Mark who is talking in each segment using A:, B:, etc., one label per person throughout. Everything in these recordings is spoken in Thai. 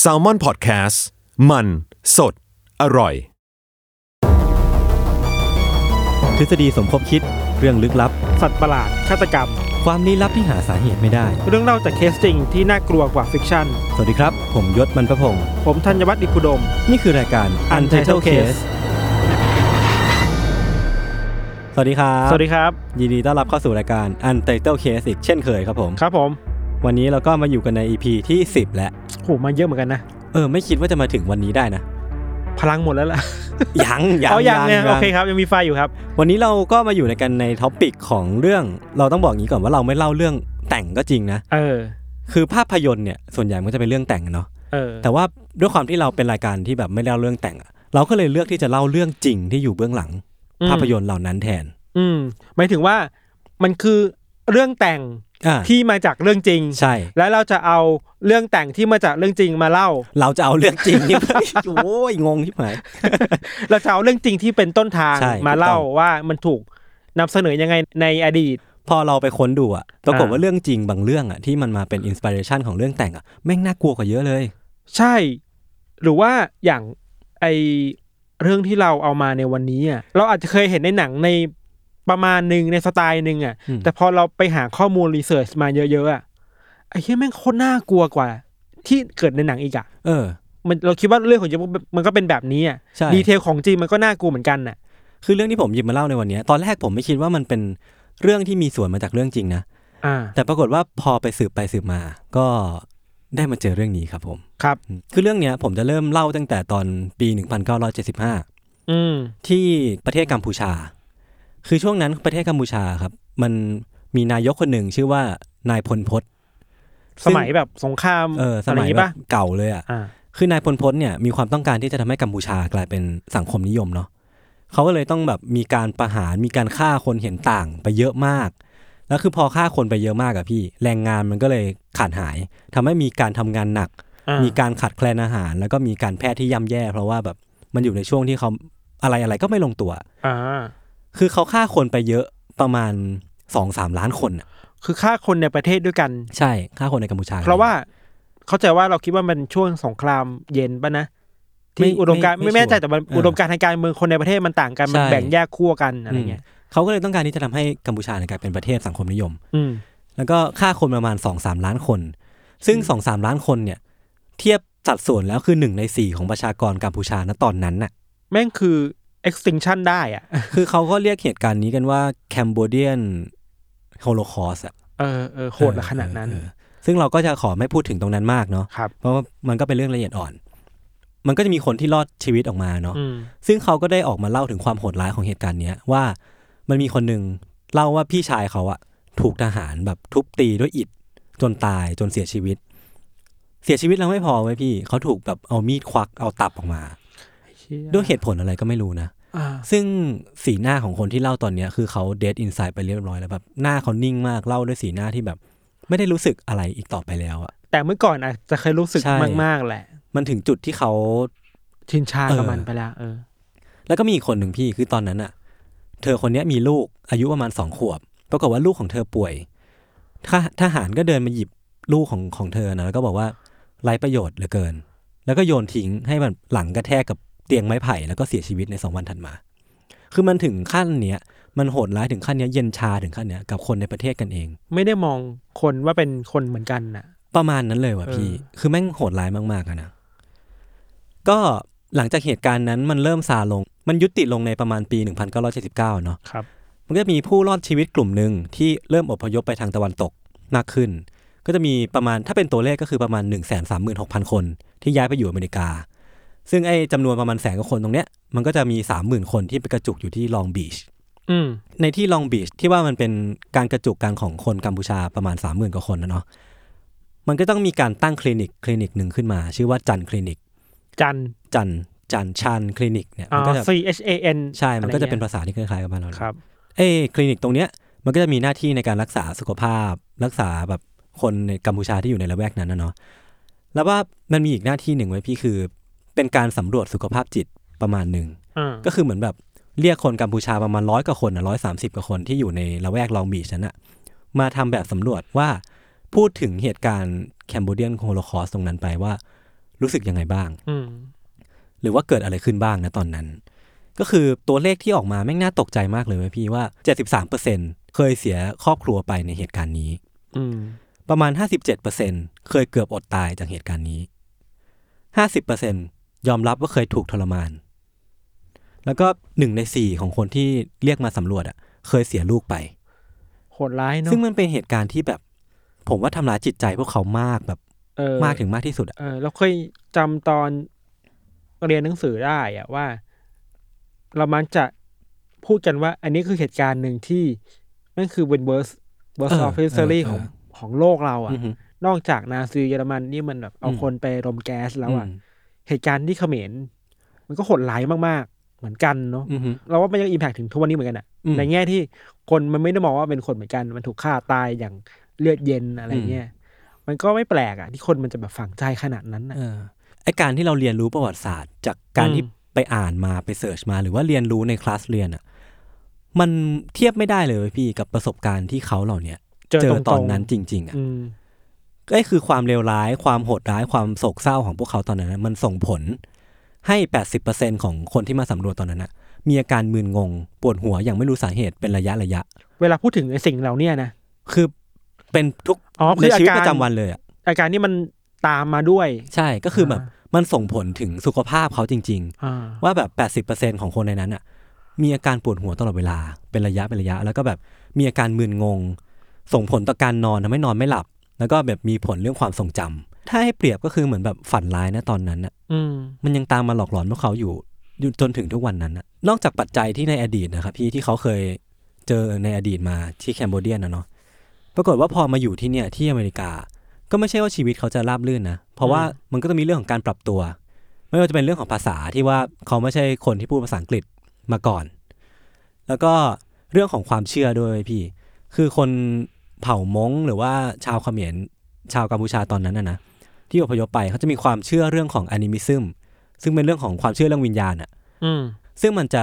A: แซลมอนพอดแคสต์มันสดอร่อย
B: ทฤษฎีสมคบคิดเรื่องลึกลับ
C: สัตว์ประหลาดฆาตกรรม
B: ความลี้ลับที่หาสาเหตุไม่ได้
C: เรื่องเล่าจากเคสจริงที่น่ากลัวกว่าฟิกชั่น
B: สวัสดีครับ ผมยศมันประพงศ์
C: ผมธัญวัฒน์อิพุดม
B: นี่คือรายการ Untitled Case สวัสดีครับ
C: สวัสดีครับ
B: ยินดีต้อนรับเข้าสู่รายการ Untitled Case อีกเช่นเคยครับผม
C: ครับผม
B: วันนี้เราก็มาอยู่กันใน EP ที่ 10 แล้ว
C: โหมาเยอะเหมือนกันนะ
B: เออ ไม่คิดว่าจะมาถึงวันนี้ได้นะ
C: พลังหมดแล้วล่ะ
B: ยัง
C: เอาอย่างเนี่ย
B: ยั
C: โอเคครับ ยังมีไฟอยู่ครับ
B: วันนี้เราก็มาอยู่ในกันในท็อปิกของเรื่อง เราต้องบอกอย่างนี้ก่อนว่าเราไม่เล่าเรื่องแต่งก็จริงนะ
C: เออ
B: คือภาพยนตร์เนี่ยส่วนใหญ่มันก็จะเป็นเรื่องแต่งอะเนาะ
C: เออ
B: แต่ว่าด้วยความที่เราเป็นรายการที่แบบไม่เล่าเรื่องแต่งอะเราก็เลยเลือกที่จะเล่าเรื่องจริงที่อยู่เบื้องหลัง
C: อืม
B: ภาพยนตร์เหล่านั้นแทน
C: อืมหมายถึงว่ามันคือเรื่องแต่ง
B: อ่า
C: ที่มาจากเรื่องจริง
B: ใช่
C: แล้วเราจะเอาเรื่องแต่งที่มาจากเรื่องจริงมาเล่า
B: เราจะเอาเรื่องจริง นี่ โอ้ยงงที่หาย
C: เราจะเอาเรื่องจริงที่เป็นต้นทาง
B: ใช่
C: มาเล่า
B: ถูกต้อง
C: ว่ามันถูกนำเสนอยังไงในอดีต
B: พอเราไปค้นดูอะปรากฏ
C: อ่า
B: ว่าเรื่องจริงบางเรื่องอะที่มันมาเป็นอินสปิเรชันของเรื่องแต่งอะแม่งน่ากลัวกว่าเยอะเลย
C: ใช่ หรือว่าอย่างไอเรื่องที่เราเอามาในวันนี้อ่ะเราอาจจะเคยเห็นในหนังในประมาณหนึ่งในสไตล์หนึ่งอ่ะ
B: อืม
C: แต่พอเราไปหาข้อมูลรีเสิร์ชมาเยอะๆอ่ะไอ้เหี้ยแม่งโคตรน่ากลัวกว่า ที่เกิดในหนังอีกอ่ะ
B: เออ
C: มันเราคิดว่าเรื่องของจริงมันก็เป็นแบบนี้อ่ะ
B: ใช่
C: ดีเทลของจริงมันก็น่ากลัวเหมือนกันน่ะ
B: คือเรื่องที่ผมหยิบมาเล่าในวันเนี้ยตอนแรกผมไม่คิดว่ามันเป็นเรื่องที่มีส่วนมาจากเรื่องจริงนะ
C: อ่า
B: แต่ปรากฏว่าพอไปสืบไปสืบมา ก็ได้มาเจอเรื่องนี้ครับผม
C: ครับ
B: คือเรื่องเนี้ยผมจะเริ่มเล่าตั้งแต่ตอนปี 1975
C: อืม
B: ที่ประเทศกัมพูชา คือช่วงนั้นประเทศกัมพูชาครับ มันมีนายกคนหนึ่งชื่อว่านายพลพศ ซึ่
C: ส
B: ง
C: มัยแบบสงคราม
B: เออส
C: อะไรอ
B: มั
C: ย่าย งงี้
B: แบ
C: ป่ะ
B: บเก่าเลยอ่ะ
C: อ่า
B: คือนายพลพศเนี่ยมีความต้องการที่จะทำให้กัมพูชากลายเป็นสังคมนิยมเนาะเขาก็เลยต้องแบบมีการประหารมีการฆ่าคนเห็นต่างไปเยอะมาก แล้วคือพอฆ่าคนไปเยอะมากอะพี่ แรงงานมันก็เลยขาดหายทำให้มีการทำงานหนัก
C: อ่ามี
B: มีการขาดแคลนอาหาร แล้วก็มีการแพทย์ที่ย่ำแย่ เพราะว่าแบบมันอยู่ในช่วงที่เขาอะไรอะไรก็ไม่ลงตัว
C: อ่า
B: คือเขาฆ่าคนไปเยอะประมาณสองสามล้านคนอะ
C: คือฆ่าคนในประเทศด้วยกัน
B: ใช่ฆ่าคนในกัมพูชา
C: เพราะว่าเข้าใจว่าเราคิดว่ามันช่วงสงครามเย็นป่ะนะ
B: ไม่
C: ที่อุดมการณ์
B: ไม่
C: ไม่แน่ใจ
B: ชัวร์
C: แต่มัน
B: เอออุ
C: อุดมการณ์ทางการเมืองคนในประเทศมันต่างกันมัน
B: ใช่
C: แบ่งแยกขั้วกันอะไรเงี้ย
B: เขาก็เลยต้องการที่จะทำให้กัมพูชาเนี่ยกลายเป็นประเทศสังคมนิยม
C: อืม
B: แล้วก็ฆ่าคนประมาณสองสามล้านคน ซึ่งสองสามล้านคนเนี่ย เทียบสัดส่วนแล้วคือหนึ่งในสี่ของประชากรกัมพูชาณตอนนั้นน่ะ
C: แม่งคือ extinction ได้อ่ะ
B: คือเขาก็เรียกเหตุการณ์นี้กันว่า Cambodian Holocaust อะ
C: เออเออโหดละขนาดนั้น
B: เออเออซึ่งเราก็จะขอไม่พูดถึงตรงนั้นมากเนาะ
C: ครับ
B: เพราะว่ามันก็เป็นเรื่องละเอียดอ่อน มันก็จะมีคนที่รอดชีวิตออกมาเนาะ
C: อืม
B: ซึ่งเขาก็ได้ออกมาเล่าถึงความโหดร้ายของเหตุการณ์เนี้ยว่ามันมีคนหนึ่งเล่าว่าพี่ชายเขาอะถูกทหารแบบทุบตีด้วยอิฐจนตายจนเสียชีวิต เสียชีวิตแล้วไม่พอไว้ยพี่ เขาถูกแบบเอามีดควักเอาตับออกมา
C: เชี่ย
B: ด้วยเหตุผลอะไรก็ไม่รู้นะ
C: อ่า
B: ซึ่งสีหน้าของคนที่เล่าตอนเนี้ยคือเขาเด a อินไซด์ไปเรียบร้อยแล้วแบบหน้าเขานิ่งมากเล่าด้วยสีหน้าที่แบบ ไม่ได้รู้สึกอะไรอีกต่อไปแล้วอะ
C: แต่เมื่อก่อนอาจจะเคยรู้สึก
B: ใช่
C: มาก ๆ แหละ
B: มันถึงจุดที่เขา
C: ชินชา
B: เออ
C: กับมันไปแล้วเออ
B: แล้วก็มีอีกคนหนึ่งพี่คือตอนนั้นอ่ะ เธอคนเนี้ยมีลูกอายุประมาณสองขวบ ปรากฏว่าลูกของเธอป่วยทหทหารก็เดินมาหยิบลูกของของเธอนะแล้วก็บอกว่าไร้ประโยชน์เหลือเกิน แล้วก็โยนทิ้งให้มันหลังกระแทกกับเตียงไม้ไผ่แล้วก็เสียชีวิตในสองวันถัดมา คือมันถึงขั้นเนี้ยมันโหดร้ายถึงขั้นเนี้ยเย็นชาถึงขั้นเนี้ยกับคนในประเทศกันเอง
C: ไม่ได้มองคนว่าเป็นคนเหมือนกันน่ะ
B: ประมาณนั้นเลยว่ะพี่
C: เออ
B: คือแม่งโหดร้ายมากๆอะนะ ก็หลังจากเหตุการณ์นั้นมันเริ่มซาลง มันยุติลงในประมาณปี 1979 เนาะ
C: ครับ
B: มันก็จะมีผู้รอดชีวิตกลุ่มหนึ่งที่เริ่มอพยพไปทางตะวันตกมากขึ้น ก็จะมีประมาณถ้าเป็นตัวเลขก็คือประมาณ 1 3 6 0 0 0 คนที่ย้ายไปอยู่อเมริกา ซึ่งไอ้จำนวนประมาณแสนกว่าคนตรงเนี้ย มันก็จะมี 30,000 คนที่ไปกระจุกอยู่ที่ลองบีช
C: อืม
B: ในที่ลองบีชที่ว่ามันเป็นการกระจุกกันของคนกัมพูชาประมาณ 3 0,000กว่าคนนะเนาะ มันก็ต้องมีการตั้งคลินิกคลินิกหนึ่งขึ้นมา ชื่อว่าจันคลินิก
C: จัน
B: จันจันชันคลินิกเนี่ย
C: อ๋
B: มัน
C: อ
B: ก็จะ
C: C H A N
B: ใช่ มันก็จะเป็น
C: อไรงี้ย
B: ภาษาที่คล้ายๆกับบ้านเราเลย
C: ครับ
B: เอ้คลินิกตรงเนี้ยมันก็จะมีหน้าที่ในการรักษาสุขภาพ รักษาแบบคนในกัมพูชาที่อยู่ในละแวกนั้นนะเนาะแล้วว่ามันมีอีกหน้าที่หนึ่งไว้พี่คือ เป็นการสำรวจสุขภาพจิตประมาณหนึ่ง
C: อ่า
B: ก็คือเหมือนแบบเรียกคนกัมพูชาประมาณร้อยกว่าคนนะร้อยสามสิบกว่าคนที่อยู่ในละแวกลองบีชนั้นอะมาทำแบบสำรวจว่าพูดถึงเหตุการณ์ แคมโบเดียนโฮโลคอสตรงนั้นไปว่า รู้สึกยังไงบ้าง
C: อืม
B: หรือว่าเกิดอะไรขึ้นบ้างนะตอนนั้น ก็คือตัวเลขที่ออกมาแม่งน่าตกใจมากเลยเว้ยพี่ว่า 73%เคยเสียครอบครัวไปในเหตุการณ์นี้
C: อืม
B: ประมาณ 57%เคยเกือบอดตายจากเหตุการณ์นี้ 50%ยอมรับว่าเคยถูกทรมาน แล้วก็หนึ่งในสี่ของคนที่เรียกมาสำรวจอะเคยเสียลูกไป
C: โหดร้ายเนาะ
B: ซึ่งมันเป็นเหตุการณ์ที่แบบ ผมว่าทำร้ายจิตใจพวกเขามากแบบ
C: เออ
B: มากถึงมากที่สุดอะ
C: เออเราเคยจำตอนเรียนหนังสือได้อะว่า เรามันจะพูดกันว่า อันนี้คือเหตุการณ์หนึ่งที่นั่นคือเป็น worst worst of history ของของโลกเราอ่ะ
B: อือฮึ
C: นอกจากนาซีเยอรมันนี่มันแบบเอาคนไปรมแก๊สแล้วอ่ะ
B: ม
C: เหตุการณ์ที่เขมรมันก็โหดร้ายมากๆ เหมือนกันเนาะ
B: อือฮึ
C: เราว่ามันยังอิมแพกถึงทุกวันนี้เหมือนกันอ่ะ
B: อืม
C: ในแง่ที่คนมันไม่ได้มองว่าเป็นคนเหมือนกัน มันถูกฆ่าตายอย่างเลือดเย็นอะไรเงี้ยมันก็ไม่แปลกอ่ะที่คนมันจะแบบฝังใจขนาดนั้นอ่ะ
B: เออไอการที่เราเรียนรู้ประวัติศาสตร์ จากการ
C: อืม
B: ที่ไปอ่านมาไปเสิร์ชมา หรือว่าเรียนรู้ในคลาสเรียนอ่ะมันเทียบไม่ได้เลยเว้ยพี่กับประสบการณ์ที่เขาเหล่าเนี้ยเจอตอนนั้นจริง ๆอ่ะ
C: อืม
B: ก็คือความเลวร้ายความโหดร้ายความโศกเศร้าของพวกเขาตอนนั้นนะมันส่งผลให้ 80%ของคนที่มาสำรวจตอนนั้นอ่ะมีอาการมึนงง ปวดหัวอย่างไม่รู้สาเหตุเป็นระยะระยะ
C: เวลาพูดถึงไอ้สิ่งเหล่าเนี้ยนะ
B: คือเป็นทุก
C: อ๋อคื
B: ใน
C: ออาการ
B: ชีวิตประจำวันเลยอ่ะ
C: อาการนี่มันตามมาด้วย
B: ใช่ก็คือแบบ
C: อ่า
B: มันส่งผลถึงสุขภาพเขาจริง ๆ
C: อ่า
B: ว่าแบบ 80%ของคนในนั้นอ่ะ มีอาการปวดหัวตลอดเวลา เป็นระยะเป็นระยะ แล้วก็แบบมีอาการมึนงง ส่งผลต่อการนอนทำให้นอนไม่หลับ แล้วก็แบบมีผลเรื่องความทรงจำถ้าให้เปรียบก็คือเหมือนแบบฝันร้ายนะตอนนั้นอ่ะ
C: อืม
B: มันยังตามมาหลอกหลอนพวกเขาอยู่อยู่จนถึงทุกวันนั้นน่ะนอกจากปัจจัยที่ในอดีตนะครับพี่ที่เขาเคยเจอในอดีตมาที่แคนเบเดียนะเนาะปรากฏว่าพอมาอยู่ที่เนี่ยที่อเมริกา ก็ไม่ใช่ว่าชีวิตเขาจะราบรื่นนะ เพราะว่า
C: อืม
B: มันก็ต้องมีเรื่องของการปรับตัว ไม่ว่าจะเป็นเรื่องของภาษาที่ว่าเขาไม่ใช่คนที่พูดภาษาอังกฤษมาก่อน แล้วก็เรื่องของความเชื่อด้วยพี่ คือคนเผ่ามงหรือว่าชาวเขมรชาวกัมพูชาตอนนั้นนะนะที่อพยพไปเขาจะมีความเชื่อเรื่องของอนิมิซึม ซึ่งเป็นเรื่องของความเชื่อเรื่องวิญญาณอะ
C: อืม
B: ซึ่งมันจะ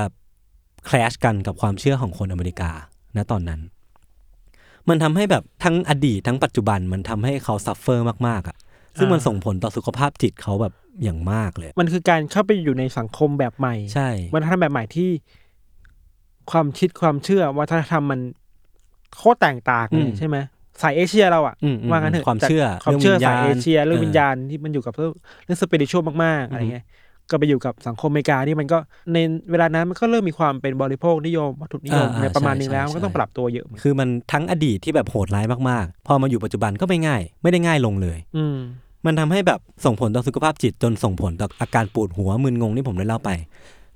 B: คลชกันกับความเชื่อของคนอเมริกาณตอนนั้น มันทำให้แบบทั้งอดีตทั้งปัจจุบันมันทำให้เขาซัฟเฟอร์มากๆอะซึ่งมัน
C: อ่า
B: ส่งผลต่อสุขภาพจิตเขาแบบอย่างมากเลย
C: มันคือการเข้าไปอยู่ในสังคมแบบใหม่
B: ใช่
C: วัฒนธรรมแบบใหม่ที่ความคิดความเชื่อวัฒนธรรมมันโคตรแตกต่างเลยใช่ไหมสายเอเชียเราอะ
B: อืมอื
C: ว่างั้นเถอะ
B: ความเชื่อ
C: จากความเชื่อสายเอเชียเรื่องวิญ
B: ณ
C: ญาณที่มันอยู่กับเรื่องเรื่องสเปริชวลมากๆอะไร
B: อืม
C: เงี้ยก็ไปอยู่กับสังคมอเมริกาที่มันก็ในเวลานั้นมันก็เริ่มมีความเป็นบริโภคนิยมวัตถุนิยมในประมาณนึงแล้วมันก็ต้องปรับตัวเยอะเหมือนกัน
B: คือมันทั้งอดีตที่แบบโหดร้ายมากๆ พอมาอยู่ปัจจุบันก็ไม่ง่าย ไม่ได้ง่ายลงเลย
C: อืม
B: มันทำให้แบบส่งผลต่อสุขภาพจิตจนส่งผลต่ออาการปวดหัวมึนงงที่ผมได้เล่าไป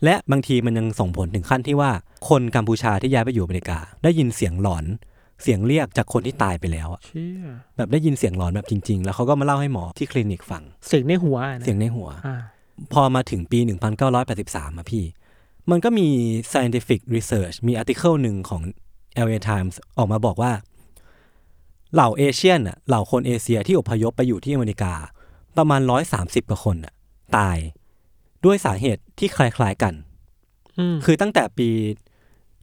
B: และบางทีมันยังส่งผลถึงขั้นที่ว่า คนกัมพูชาที่ย้ายไปอยู่อเมริกา ได้ยินเสียงหลอน เสียงเรียกจากคนที่ตายไปแล้วอะ
C: เชี่ย
B: แบบได้ยินเสียงหลอนแบบจริง ๆ แล้วเขาก็มาเล่าให้หมอที่คลินิกฟัง
C: เสียงในหัวอะนะ
B: เสียงในหัว
C: อ่า
B: พอมาถึงปี 1983อะพี่ มันก็มี scientific research มี article หนึ่งของ LA Times ออกมาบอกว่า เหล่าเอเชียนอะเหล่าคนเอเชียที่อพยพไปอยู่ที่อเมริกา ประมาณ 130กว่าคนอะตายด้วยสาเหตุที่คล้ายๆกัน
C: อืม
B: คือตั้งแต่ปี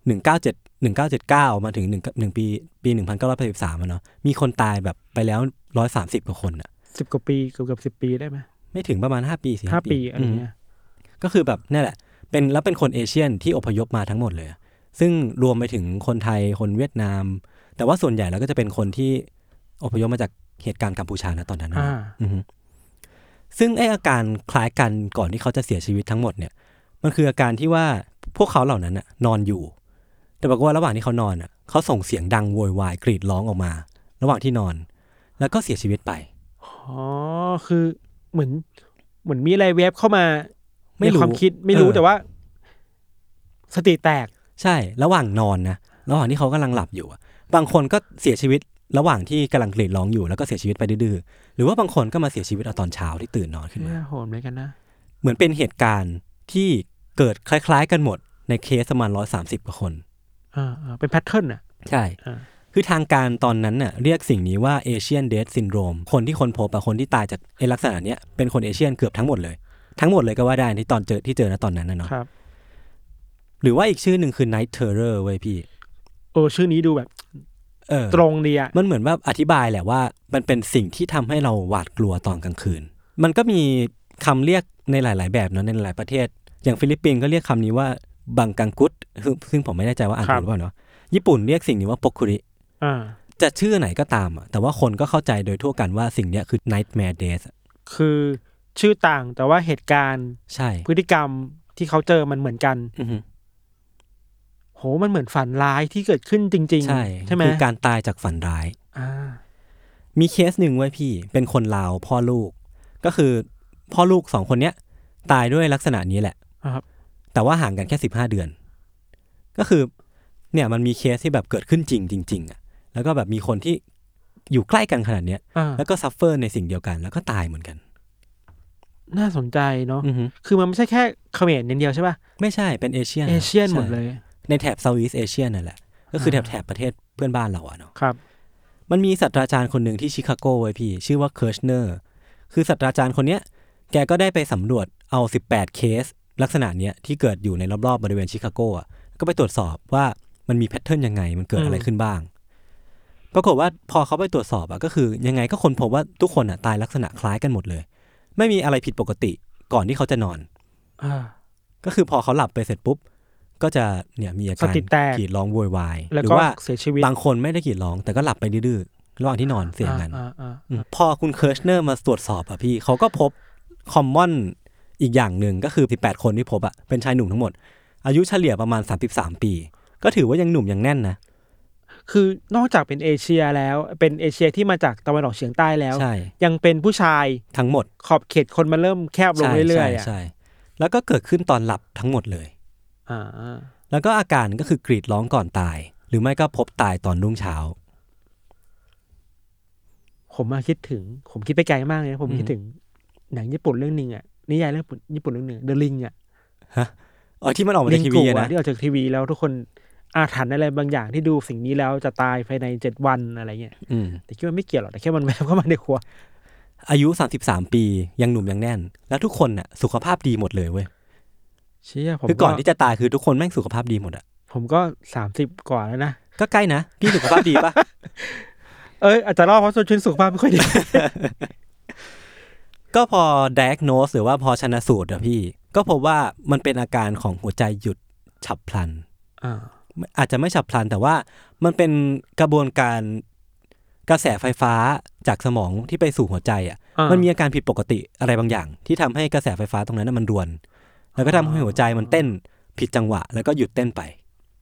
B: 1970 1979 มาถึง1 1ปีปี 1983อะเนาะมีคนตายแบบไปแล้ว 130กว่าคนอะ
C: สิบกว่าปีเกือบเกือบสิบปีได้ไหม
B: ไม่ถึงประมาณ 5 ปีสิ
C: ห้าปีอะไรเงี้ย
B: ก็คือแบบนี่นแหละเป็นแล้วเป็นคนเอเชียนที่อพยพมาทั้งหมดเลย ซึ่งรวมไปถึงคนไทยคนเวียดนาม แต่ว่าส่วนใหญ่แล้วก็จะเป็นคนที่อพยพมาจากเหตุการณ์กัมพูชานะตอนนั้นนะ
C: อ่า
B: อือฮึซึ่งไออาการคล้ายกันก่อนที่เขาจะเสียชีวิตทั้งหมดเนี่ย มันคืออาการที่ว่าพวกเขาเหล่านั้นน่ะนอนอยู่ แต่ปรากฏว่าระหว่างที่เขานอนน่ะเขาส่งเสียงดังโวยวายกรีดร้องออกมา ระหว่างที่นอน แล้วก็เสียชีวิตไป
C: อ๋อ คือเหมือนเหมือนมีอะไรเวฟเข้ามา
B: ไม่รู้
C: ในความคิดไม่รู้
B: เออ
C: แต่ว่า สติแตก
B: ใช่ ระหว่างนอนนะ ระหว่างที่เขากำลังหลับอยู่อะบางคนก็เสียชีวิตระหว่างที่กำลังกรีดร้องอยู่แล้วก็เสียชีวิตไปดื้อๆหรือว่าบางคนก็มาเสียชีวิตเอาตอนเช้าที่ตื่นนอนขึ้นมา
C: โหดเหมือนกันนะ
B: เหมือนเป็นเหตุการณ์ที่เกิดคล้ายๆ กันหมดในเคสประมาณร้อยสามสิบกว่าคน
C: อ่าอ่าเป็นแพทเทิร์นอ่ะ
B: ใช่
C: อ่า
B: คือทางการตอนนั้นน่ะเรียกสิ่งนี้ว่าเอเชียนเด h ซินโดรมคนที่คนพบอะคนที่ตายจากไอ้ลักษณะเนี้ยเป็นคนเอเชียนเกือบทั้งหมดเลย ทั้งหมดเลยก็ว่าได้ที่ตอนเจอที่เจอนะตอนนั้นนะเนาะ
C: ครับ
B: หรือว่าอีกชื่อหนึ่งคือ night terror เว้ยพี่
C: เออ ชื่อนี้ดูแบบ
B: เออ
C: ตรงเดีย
B: มันเหมือนว่าอธิบายแหละว่า มันเป็นสิ่งที่ทำให้เราหวาดกลัวตอนกลางคืน มันก็มีคำเรียกในหลาย ๆ แบบเนอะในหลายประเทศ อย่างฟิลิปปินส์ก็เรียกคำนี้ว่าบังกังกุตซึ่งซึ่งผมไม่แน่ใจว่าอ่านถูกหรือเปล่าเนาะญี่ปุ่นเรียกสิ่งนี้ว่าปกคุริ
C: อ่า
B: จะชื่อไหนก็ตามอะแต่ว่าคนก็เข้าใจโดยทั่วกันว่าสิ่งเนี้ยคือ nightmare days อะ
C: คือชื่อต่างแต่ว่าเหตุการณ์
B: ใช่
C: พฤติกรรมที่เขาเจอมันเหมือนกัน
B: อือฮึ
C: โหมันเหมือนฝันร้ายที่เกิดขึ้นจริง ๆ
B: ใช่
C: ใช่ไหม
B: คือการตายจากฝันร้าย
C: อ่า
B: มีเคสหนึ่งไว้ยพี่เป็นคนลาวพ่อลูก ก็คือพ่อลูกสองคนเนี้ยตายด้วยลักษณะนี้แหละ
C: ครับ
B: แต่ว่าห่างกันแค่สิบห้าเดือน ก็คือเนี่ยมันมีเคสที่แบบเกิดขึ้นจริงจริงๆอะแล้วก็แบบมีคนที่อยู่ใกล้กันขนาดเนี้ย
C: อ่า
B: แล้วก็ซัฟเฟอร์ในสิ่งเดียวกัน แล้วก็ตายเหมือนกัน
C: น่าสนใจเนาะ
B: อือฮึ
C: คือมันไม่ใช่แค่เขมรอย่างเดียวใช่ป่ะ
B: ไม่ใช่เป็นเอเชียน
C: เอเชียนหมดเลย
B: ในแถบเซาท์อีสเอเชียนั่นแหละ ก็คือแถ
C: อ่า
B: บแถบประเทศเพื่อนบ้านเราอะเนาะ
C: ครับ
B: มันมีศาสตราจารย์คนหนึ่งที่ชิคาโกไว้ยพี่ ชื่อว่าเคิร์ชเนอร์ คือศาสตราจารย์คนเนี้ย แกก็ได้ไปสำรวจเอา 18 เคส ลักษณะเนี้ยที่เกิดอยู่ในรอบๆบริเวณชิคาโกอ่ะก็ไปตรวจสอบว่ามันมีแพทเทิร์นยังไง มันเกิดอะไร
C: อืม
B: ขึ้นบ้าง ปรากฏว่าพอเขาไปตรวจสอบอ่ะก็คือยังไงก็คนพบว่าทุกคนอ่ะตายลักษณะคล้ายกันหมดเลย ไม่มีอะไรผิดปกติก่อนที่เขาจะนอน
C: อ่า
B: ก็คือพอเขาหลับไปเสร็จปุ๊บ ก็จะเนี่ยมีอาการ
C: สติแตก
B: กรีดร้องโวยวาย
C: แล้ว
B: หรื
C: ก็
B: ว่า
C: เสียชีวิต
B: บางคนไม่ได้กรีดร้องแต่ก็หลับไปดื้อๆระหว่างที่นอนเสียงกัน
C: อ่าอ่า
B: อืมพอคุณเคิร์ชเนอร์มาตรวจสอบอะพี่เขาก็พบคอมมอนอีกอย่างหนึ่งก็คือ 18 คนที่พบอะเป็นชายหนุ่มทั้งหมด อายุเฉลี่ยประมาณ 33 ปี ก็ถือว่ายังหนุ่มยังแน่นนะ
C: คือนอกจากเป็นเอเชียแล้ว เป็นเอเชียที่มาจากตะวันออกเฉียงใต้แล้ว
B: ใช่
C: ยังเป็นผู้ชาย
B: ทั้งหมด
C: ขอบเขตคนมันเริ่มแคบลง
B: ใช่
C: เรื่
B: ใช่
C: อยๆอ่ะ
B: ใช่แล้วก็เกิดขึ้นตอนหลับทั้งหมดเลย
C: อ่าอ่า
B: แล้วก็อาการก็คือกรีดร้องก่อนตาย หรือไม่ก็พบตายตอนรุ่งเช้า
C: ผมมาคิดถึง ผมคิดไปไกลมากเลยนะผม
B: อืม
C: คิดถึง หนังญี่ปุ่นเรื่องหนึ่งอ่ะนิยายเรื่องญี่ปุ่นเรื่องหนึ่งเดลิงอ่ะ
B: อ๋อที่มันออกมา
C: ลิ
B: ใน
C: ง
B: ที
C: กู
B: วีอะ
C: อ่ะ
B: นะ
C: ที่ออกจากทีวีแล้วทุกคนอาถรรพ์อะไรบางอย่างที่ดูสิ่งนี้แล้วจะตายภายในเจ็ดวันอะไรเงี้ย
B: อืม
C: แต่คิดว่าไม่เกี่ยวหรอกแต่แค่มันแวบเข้ามาในครัว
B: อายุ 33 ปียังหนุ่มยังแน่น แล้วทุกคนน่ะสุขภาพดีหมดเลยเว้ย
C: เชี่ยผม
B: คือก่อนที่จะตายคือทุกคนแม่งสุขภาพดีหมดอะ
C: ผมก็สามสิบกว่าแล้วนะ
B: ก็ใกล้นะ พี่สุขภาพดีป ะ
C: เอ้ยอาจจะรอดเพราะส่วนชิ้นสุขภาพไม่ค่อยดี
B: ก็พอ diagnose หรือว่าพอชนะสูตรอะพี่ ก็พบว่ามันเป็นอาการของหัวใจหยุดฉับพลัน
C: อ่า
B: อาจจะไม่ฉับพลันแต่ว่ามันเป็นกระบวนการกระแสไฟฟ้าจากสมองที่ไปสู่หัวใจอะ
C: มั
B: มัน น
C: มี
B: มีอาการผิดปกติอะไรบางอย่าง ที่ทำให้กระแสไฟฟ้าตรงนั้นนะมันรวน แล้วก็ทำให้หัวใจมันเต้นผิดจังหวะ แล้วก็หยุดเต้นไป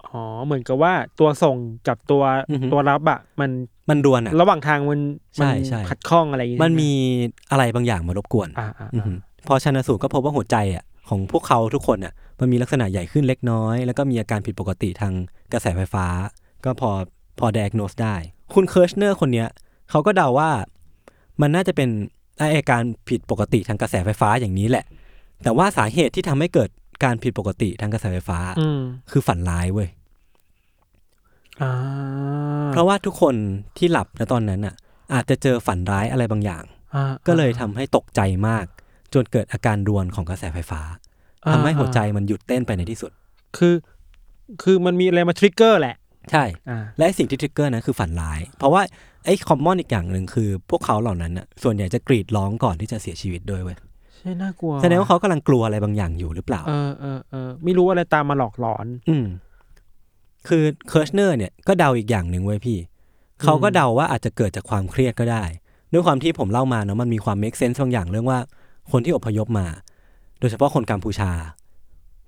C: อ๋อเหมือนกับว่าตัวส่งกับตัว
B: อือฮึ
C: ตัวรับอะมัน
B: มันรวนอะ
C: ระหว่างทางมัน
B: ใช่
C: มั
B: ใช่
C: ขัดข้องอะไรอย่างงี้
B: มันมีอะไรบางอย่างมารบกวน
C: อ่าอ่า
B: อมพอชนะสูตรก็พบว่าหัวใจอ่ะของพวกเขาทุกคนอ่ะมันมีลักษณะใหญ่ขึ้นเล็กน้อย แล้วก็มีอาการผิดปกติทางกระแสไฟฟ้า ก็พอพอ diagnose ได้ คุณเคิร์ชเนอร์คนเนี้ยเขาก็เดาว่ามันน่าจะเป็นอาการผิดปกติทางกระแสไฟฟ้าอย่างนี้แหละ แต่ว่าสาเหตุที่ทำให้เกิดการผิดปกติทางกระแสไฟฟ้า
C: อืม
B: คือฝันร้ายเว้ย
C: อ่า
B: เพราะว่าทุกคนที่หลับณตอนนั้นอ่ะ อาจจะเจอฝันร้ายอะไรบางอย่าง
C: อ่า
B: ก็เลยทำให้ตกใจมาก จนเกิดอาการรวนของกระแสไฟฟ้า
C: อ่า
B: ทำให้หัวใจมันหยุดเต้นไปในที่สุด
C: คือ คือมันมีอะไรมาทริกเกอร์แหละ
B: ใช่
C: อ่า
B: และสิ่งที่ทริกเกอร์นั้นคือฝันร้าย เพราะว่าไอ้คอมมอนอีกอย่างหนึ่งคือ พวกเขาเหล่านั้นน่ะส่วนใหญ่จะกรีดร้องก่อนที่จะเสียชีวิตด้วยเว้ย
C: ใช่น่ากลัว
B: แสดงว่าเขากำลังกลัวอะไรบางอย่างอยู่หรือเปล่า
C: เออเออเออไม่รู้อะไรตามมาหลอกหลอน
B: อืม คือเคิร์ชเนอร์เนี่ยก็เดาอีกอย่างหนึ่งเว้ยพี่ เขาก็เดาว่าอาจจะเกิดจากความเครียดก็ได้ ด้วยความที่ผมเล่ามาเนาะมันมีความเมคเซนส์บางอย่างเรื่องว่า คนที่อพยพมา โดยเฉพาะคนกัมพูชา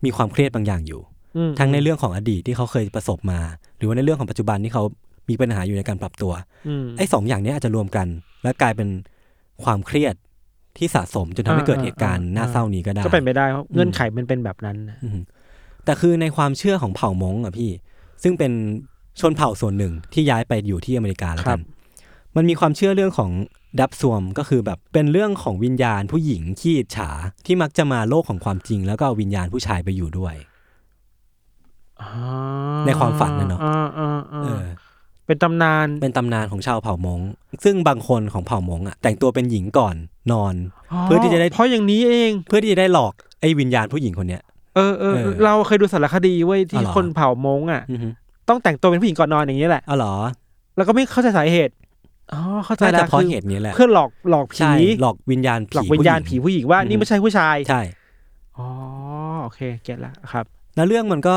B: มีความเครียดบางอย่างอยู่
C: อืม
B: ทั้งในเรื่องของอดีตที่เขาเคยประสบมา หรือว่าในเรื่องของปัจจุบันที่เขามีปัญหาอยู่ในการปรับตัว
C: อืม
B: ไอ้สองอย่างเนี้ยอาจจะรวมกัน และกลายเป็นความเครียดที่สะสมจนทำให้เกิด
C: อ่า
B: เหตุการณ์
C: อ่า
B: น่าเศร้านี้ก็ได้
C: ก็เป็นไปได้เพราะเงื่อนไขมันเป็นแบบนั้นนะ
B: อืมแต่คือในความเชื่อของเผ่ามงค์อะพี่ ซึ่งเป็นชนเผ่าส่วนหนึ่งที่ย้ายไปอยู่ที่อเมริกาแล้วกัน มันมีความเชื่อเรื่องของดับซวมก็คือแบบเป็นเรื่องของวิญญาณผู้หญิงขี้อิจฉาที่มักจะมาโลกของความจริง แล้วก็เอาวิญญาณผู้ชายไปอยู่ด้วย
C: อ่า
B: ในความฝันน่ะเนอะ
C: อ่าอ่าอ่า
B: เออ
C: เป็นตำนาน
B: เป็นตำนานของชาวเผ่ามงค์ซึ่งบางคนของเผ่ามงค์อ่ะ แต่งตัวเป็นหญิงก่อนนอน เพื่อที่จะได้
C: เพราะอย่างนี้เอง
B: เพื่อที่จะได้หลอกไอ้วิญญาณผู้หญิงคนเนี้ย
C: เออเออ
B: เออ
C: เราเคยดูสารคดีเว้ย
B: อ๋
C: ที่
B: อเหรอ
C: คนเผามงอ่ะ
B: อือหือ
C: ต้องแต่งตัวเป็นผู้หญิงก่อนนอนอย่างนี้แหละ
B: เอาเหรอ
C: แล้วก็ไม่เข้าใจสาเหตุ อ๋อ เข้าใจ
B: น่า
C: แล้
B: จะ
C: ว
B: เพราะ
C: คือ
B: เหตุนี้แหละ
C: เพื่อหลอกหลอกผี
B: ใช่หลอกวิญญาณผี
C: หลอกวิญญาณผี
B: ผู้หญิ
C: ผู้หญิงว่านี่ไม่ใช่ผู้ชาย
B: งใช่
C: อ๋อ โอเค เก็ตละครับ
B: แล้วเรื่องมันก็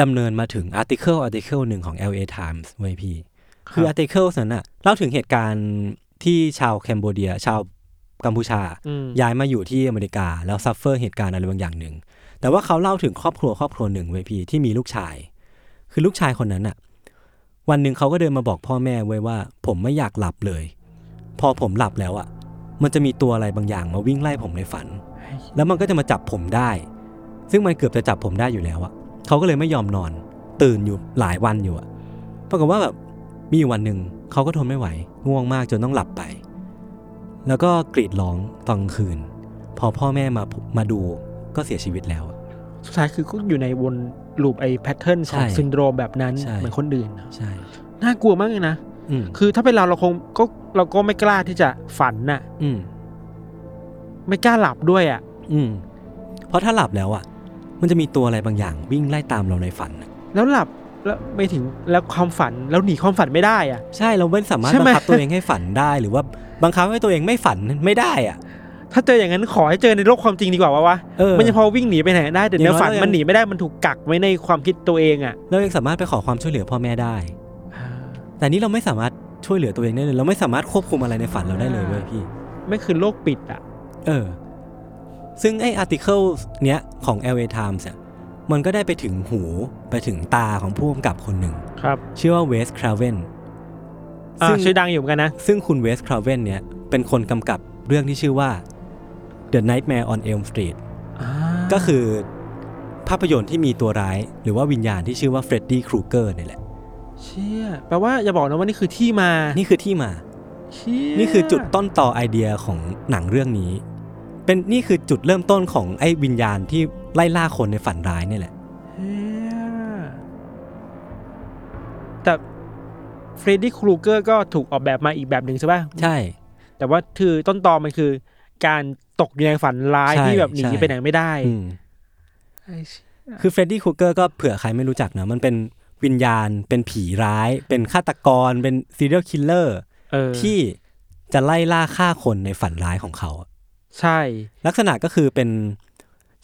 B: ดำเนินมาถึงอาร์ติเคิลอาร์ติเคิลหนึ่งของ LA Times เว้ยพี่
C: ครับ
B: คืออาร์ติเคิลนั้นอะเล่าถึงเหตุการณ์ที่ชาวแคมโบเดีย ชาวกัมพูชา
C: อืม
B: ย้ายมาอยู่ที่อเมริกาแล้วซัฟเฟอร์เหตุการณ์อะไรบางอย่างหนึ่ง แต่ว่าเขาเล่าถึงครอบครัวครอบครัวหนึ่งเว้ยพี่ที่มีลูกชาย คือลูกชายคนนั้นอะวันหนึ่งเขาก็เดินมาบอกพ่อแม่ไว้ยว่า ผมไม่อยากหลับเลย พอผมหลับแล้วอะมันจะมีตัวอะไรบางอย่างมาวิ่งไล่ผมในฝัน แล้วมันก็จะมาจับผมได้ ซึ่งมันเกือบจะจับผมได้อยู่แล้วอะเขาก็เลยไม่ยอมนอน ตื่นอยู่หลายวันอยู่อะปรากฏว่าแบบมีอยู่วันหนึ่งเขาก็ทนไม่ไหว ง่วงมากจนต้องหลับไป แล้วก็กรีดร้องตอนกลางคืน พอพ่อแม่มามาดูก็เสียชีวิตแล้วอะ
C: สุดท้ายคือก็อยู่ในวนลูปไอ้แพทเทิร์น
B: ใช่
C: ของซินโดรมแบบนั้น
B: ใช่
C: เหมือนคนอื่น
B: ใช่
C: น่ากลัวมากเลยนะ
B: อืม
C: คือถ้าเป็นเราเราคงก็เราก็ไม่กล้าที่จะฝันน่ะ
B: อืม
C: ไม่กล้าหลับด้วยอ่ะ
B: อืมเพราะถ้าหลับแล้วอะมันจะมีตัวอะไรบางอย่างวิ่งไล่ตามเราในฝันอะ
C: แล้วหลับแล้วไม่ถึงแล้วความฝันแล้วหนีความฝันไม่ได้อ่ะ
B: ใช่เราไม่สามารถ
C: ใช่
B: บั
C: ไหม
B: งคับตัวเองให้ฝันได้ หรือว่าบังคับให้ตัวเองไม่ฝันไม่ได้อะ
C: ถ้าเจออย่างนั้นขอให้เจอในโลกความจริงดีกว่าวะวะ
B: เออ
C: มันจะพอวิ่งหนีไปไหนได้แต่
B: อ
C: ใน
B: ย่างน้อย
C: ฝัน
B: เรายัง
C: มันหนีไม่ได้มันถูกกักไว้ในความคิดตัวเองอ่ะ
B: เรายังสามารถไปขอความช่วยเหลือพ่อแม่ได้ แต่นี่เราไม่สามารถช่วยเหลือตัวเองได้เลย เราไม่สามารถควบคุมอะไรในฝันเราได้เลยเว้ยพี่
C: ไม่คือโลกปิดอ่ะ
B: เออ ซึ่งไอ้อาร์ติเคิลเนี้ยของ LA Times อะมันก็ได้ไปถึงหูไปถึงตาของผู้กำกับคนหนึ่ง
C: ครับ
B: ชื่อว่าเวสคราเวน
C: อ่า
B: ซึ่ง
C: ชื่อดังอยู่เหมือนกันนะ
B: ซึ่งคุณเวสคราเวนเนี่ย เป็นคนกำกับเรื่องที่ชื่อว่า The Nightmare on Elm Street ก็คือภาพยนตร์ที่มีตัวร้าย หรือว่าวิญญาณที่ชื่อว่าเฟรดดี้ครูเกอร์นี่แหละ
C: เชี่ยแปลว่าอย่าบอกนะว่านี่คือที่มา
B: นี่คือที่มา
C: เชี่ย
B: นี่คือจุดต้นต่อไอเดียของหนังเรื่องนี้ เป็นนี่คือจุดเริ่มต้นของไอ้วิญญาณที่ไล่ล่าคนในฝันร้ายนี่แหละ
C: เชี่ยแต่เฟรดดี้ครูเกอร์ก็ถูกออกแบบมาอีกแบบหนึ่งใช่ป่ะ
B: ใช่
C: แต่ว่าคือต้นตอมันคือ การตกอยู่ในฝันร้าย
B: ใช่
C: ที่แบบหนี
B: ใช่
C: ไปไหนไม่ได้
B: อืม
C: ไอ้เชี่ย
B: คือเฟรดดี้ครูเกอร์ก็เผื่อใครไม่รู้จักนะ มันเป็นวิญญาณ เป็นผีร้าย เป็นฆาตกร เป็นซีเรียลคิลเลอร์
C: เออ
B: ที่จะไล่ล่าฆ่าคนในฝันร้ายของเขา
C: ใช่
B: ลักษณะก็คือเป็น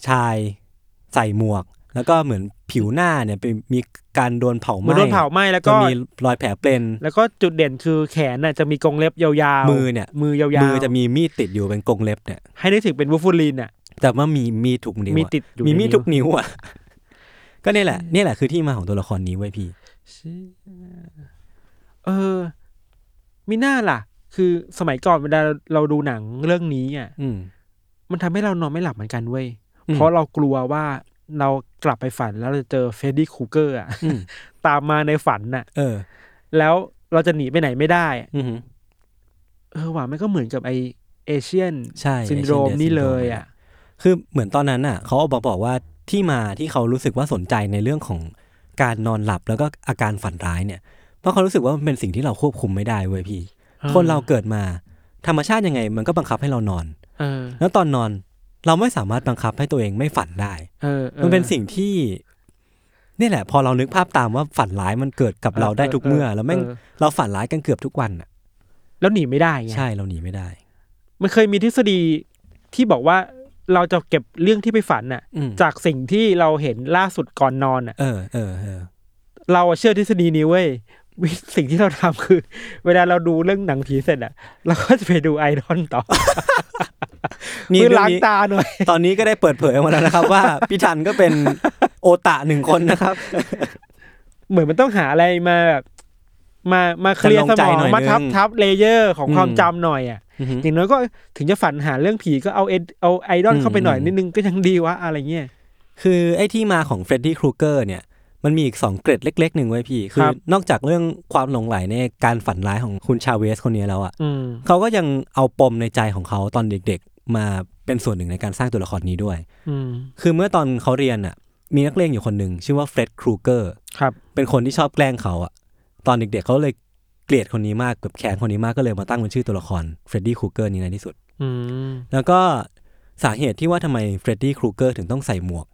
B: ชายใส่หมวก แล้วก็เหมือนผิวหน้าเนี่ยเป็นมีการโดนเผาไห
C: เหมือน
B: ม้
C: โดนเผาไหม้แล้ว
B: จ
C: ก็
B: นมีรอยแผลเป็น
C: แล้วก็จุดเด่นคือแขนน่ะจะมีกรงเล็บยาวๆ
B: มือเนี่ย
C: มือยาวๆ
B: มือจะมีมีดติดอยู่เป็นกรงเล็บเนี่ย
C: ให้นึกถึงเป็นวูฟูลินอ่ะ
B: แต่ว่ามีมีดทุกนิ้ว
C: มี
B: อะ
C: ติดอยู่
B: มี
C: ใน
B: มีด
C: นิ้ว
B: ทุกนิ้วอ่ะ ก็เนี่ยแหละเนี่ยแหละคือที่มาของตัวละครนี้ไว้ยพี่
C: เออมิน่าล่ะ คือสมัยก่อนเวลาเราดูหนังเรื่องนี้อ่ะ
B: อืม
C: มันทำให้เรานอนไม่หลับเหมือนกันเว้ย
B: อืม
C: เพราะเรากลัวว่าเรากลับไปฝันแล้วเราจะเจอเฟรดดี้ครูเกอร์อ่ะ
B: อืม
C: ตามมาในฝันน่ะ
B: เออ
C: แล้วเราจะหนีไปไหนไม่ได้
B: อือหือ
C: เออว่ามันก็เหมือนกับไอเอเชียน
B: ใช่
C: ซินโดรม
B: ไอ้ Asian Death
C: นี่เลย
B: Syndrome
C: อ่ะ
B: คือเหมือนตอนนั้นอ่ะ เขาออกมาบอกว่าที่มาที่เขารู้สึกว่าสนใจในเรื่องของการนอนหลับแล้วก็อาการฝันร้ายเนี่ย เพราะเขารู้สึกว่ามันเป็นสิ่งที่เราควบคุมไม่ได้เว้ยพี่
C: อ่า
B: คนเราเกิดมา ธรรมชาติยังไง มันก็บังคับให้เรานอน
C: เออ
B: แล้วตอนนอนเราไม่สามารถบังคับให้ตัวเองไม่ฝันได้
C: เออออ
B: มันเป็นสิ่งที่นี่แหละ พอเรานึกภาพตามว่าฝันร้ายมันเกิดกับเราได้ทุกเมื่อ แล้วแม่ง
C: เออ
B: เราฝันร้ายกันเกือบทุกวันอ่ะ
C: แล้วหนีไม่ได้ไง
B: ใช่เราหนีไม่ได้
C: มันเคยมีทฤษฎีที่บอกว่าเราจะเก็บเรื่องที่ไปฝันน่ะ
B: อืม
C: จากสิ่งที่เราเห็นล่าสุดก่อนนอนน่ะ
B: เออเออเออ
C: เราเชื่อทฤษฎีนี้เว้ย วิสิ่งที่เราทำคือ เวลาเราดูเรื่องหนังผีเสร็จอ่ะเราก็จะไปดูไอรอนต่อ
B: นี่
C: เพื่อ
B: เรื่อ
C: ล้าง ง
B: นี้
C: ตาหน่อย
B: ตอนนี้ก็ได้เปิดเผยออกมาแล้วนะครับ ว่าพี่ทันก็เป็นโอตะหนึ่งคนนะครับ
C: เหมือนมันต้องหาอะไรมาแบบมามาเคลียร์ส
B: จะลงใจ
C: มอง
B: หน่อย
C: มาทับ
B: นึง
C: ทับเลเยอร์ของ
B: อืม
C: ความจำหน่อยอ่ะ
B: อือหือ
C: อย่างน้อยก็ถึงจะฝันหาเรื่องผีก็เอาเอเอาไอรอนเข้าไปหน่อย
B: อืม
C: นิดนึงก็ยังดีวะอะไรเงี้ย
B: คือไอ้ที่มาของเฟรดดี้ครูเกอร์เนี่ย มันมีอีกสองเกร็ดเล็กๆหนึ่งไว้ยพี่ คือ
C: ครับ
B: นอกจากเรื่องความหลงไหลในการฝันร้ายของคุณชาเวสคนนี้แล้วอ่ะ
C: อืม
B: เขาก็ยังเอาปมในใจของเขาตอนเด็กๆ มาเป็นส่วนหนึ่งในการสร้างตัวละครนี้ด้วย
C: อืม
B: คือเมื่อตอนเขาเรียนอ่ะ มีนักเลงอยู่คนหนึ่งชื่อว่าเฟร็ดครูเกอร์
C: ครับ
B: เป็นคนที่ชอบแกล้งเขาอ่ะ ตอนเด็กๆเขาเลยเกลียดคนนี้มากกับแค้นคนนี้มากก็เลยมาตั้งเป็นชื่อตัวละครเฟรดดี้ครูเกอร์นี้ในที่สุด
C: อืม
B: แล้วก็สาเหตุที่ว่าทำไมเฟรดดี้ครูเกอร์ถึงต้องใส่หมวก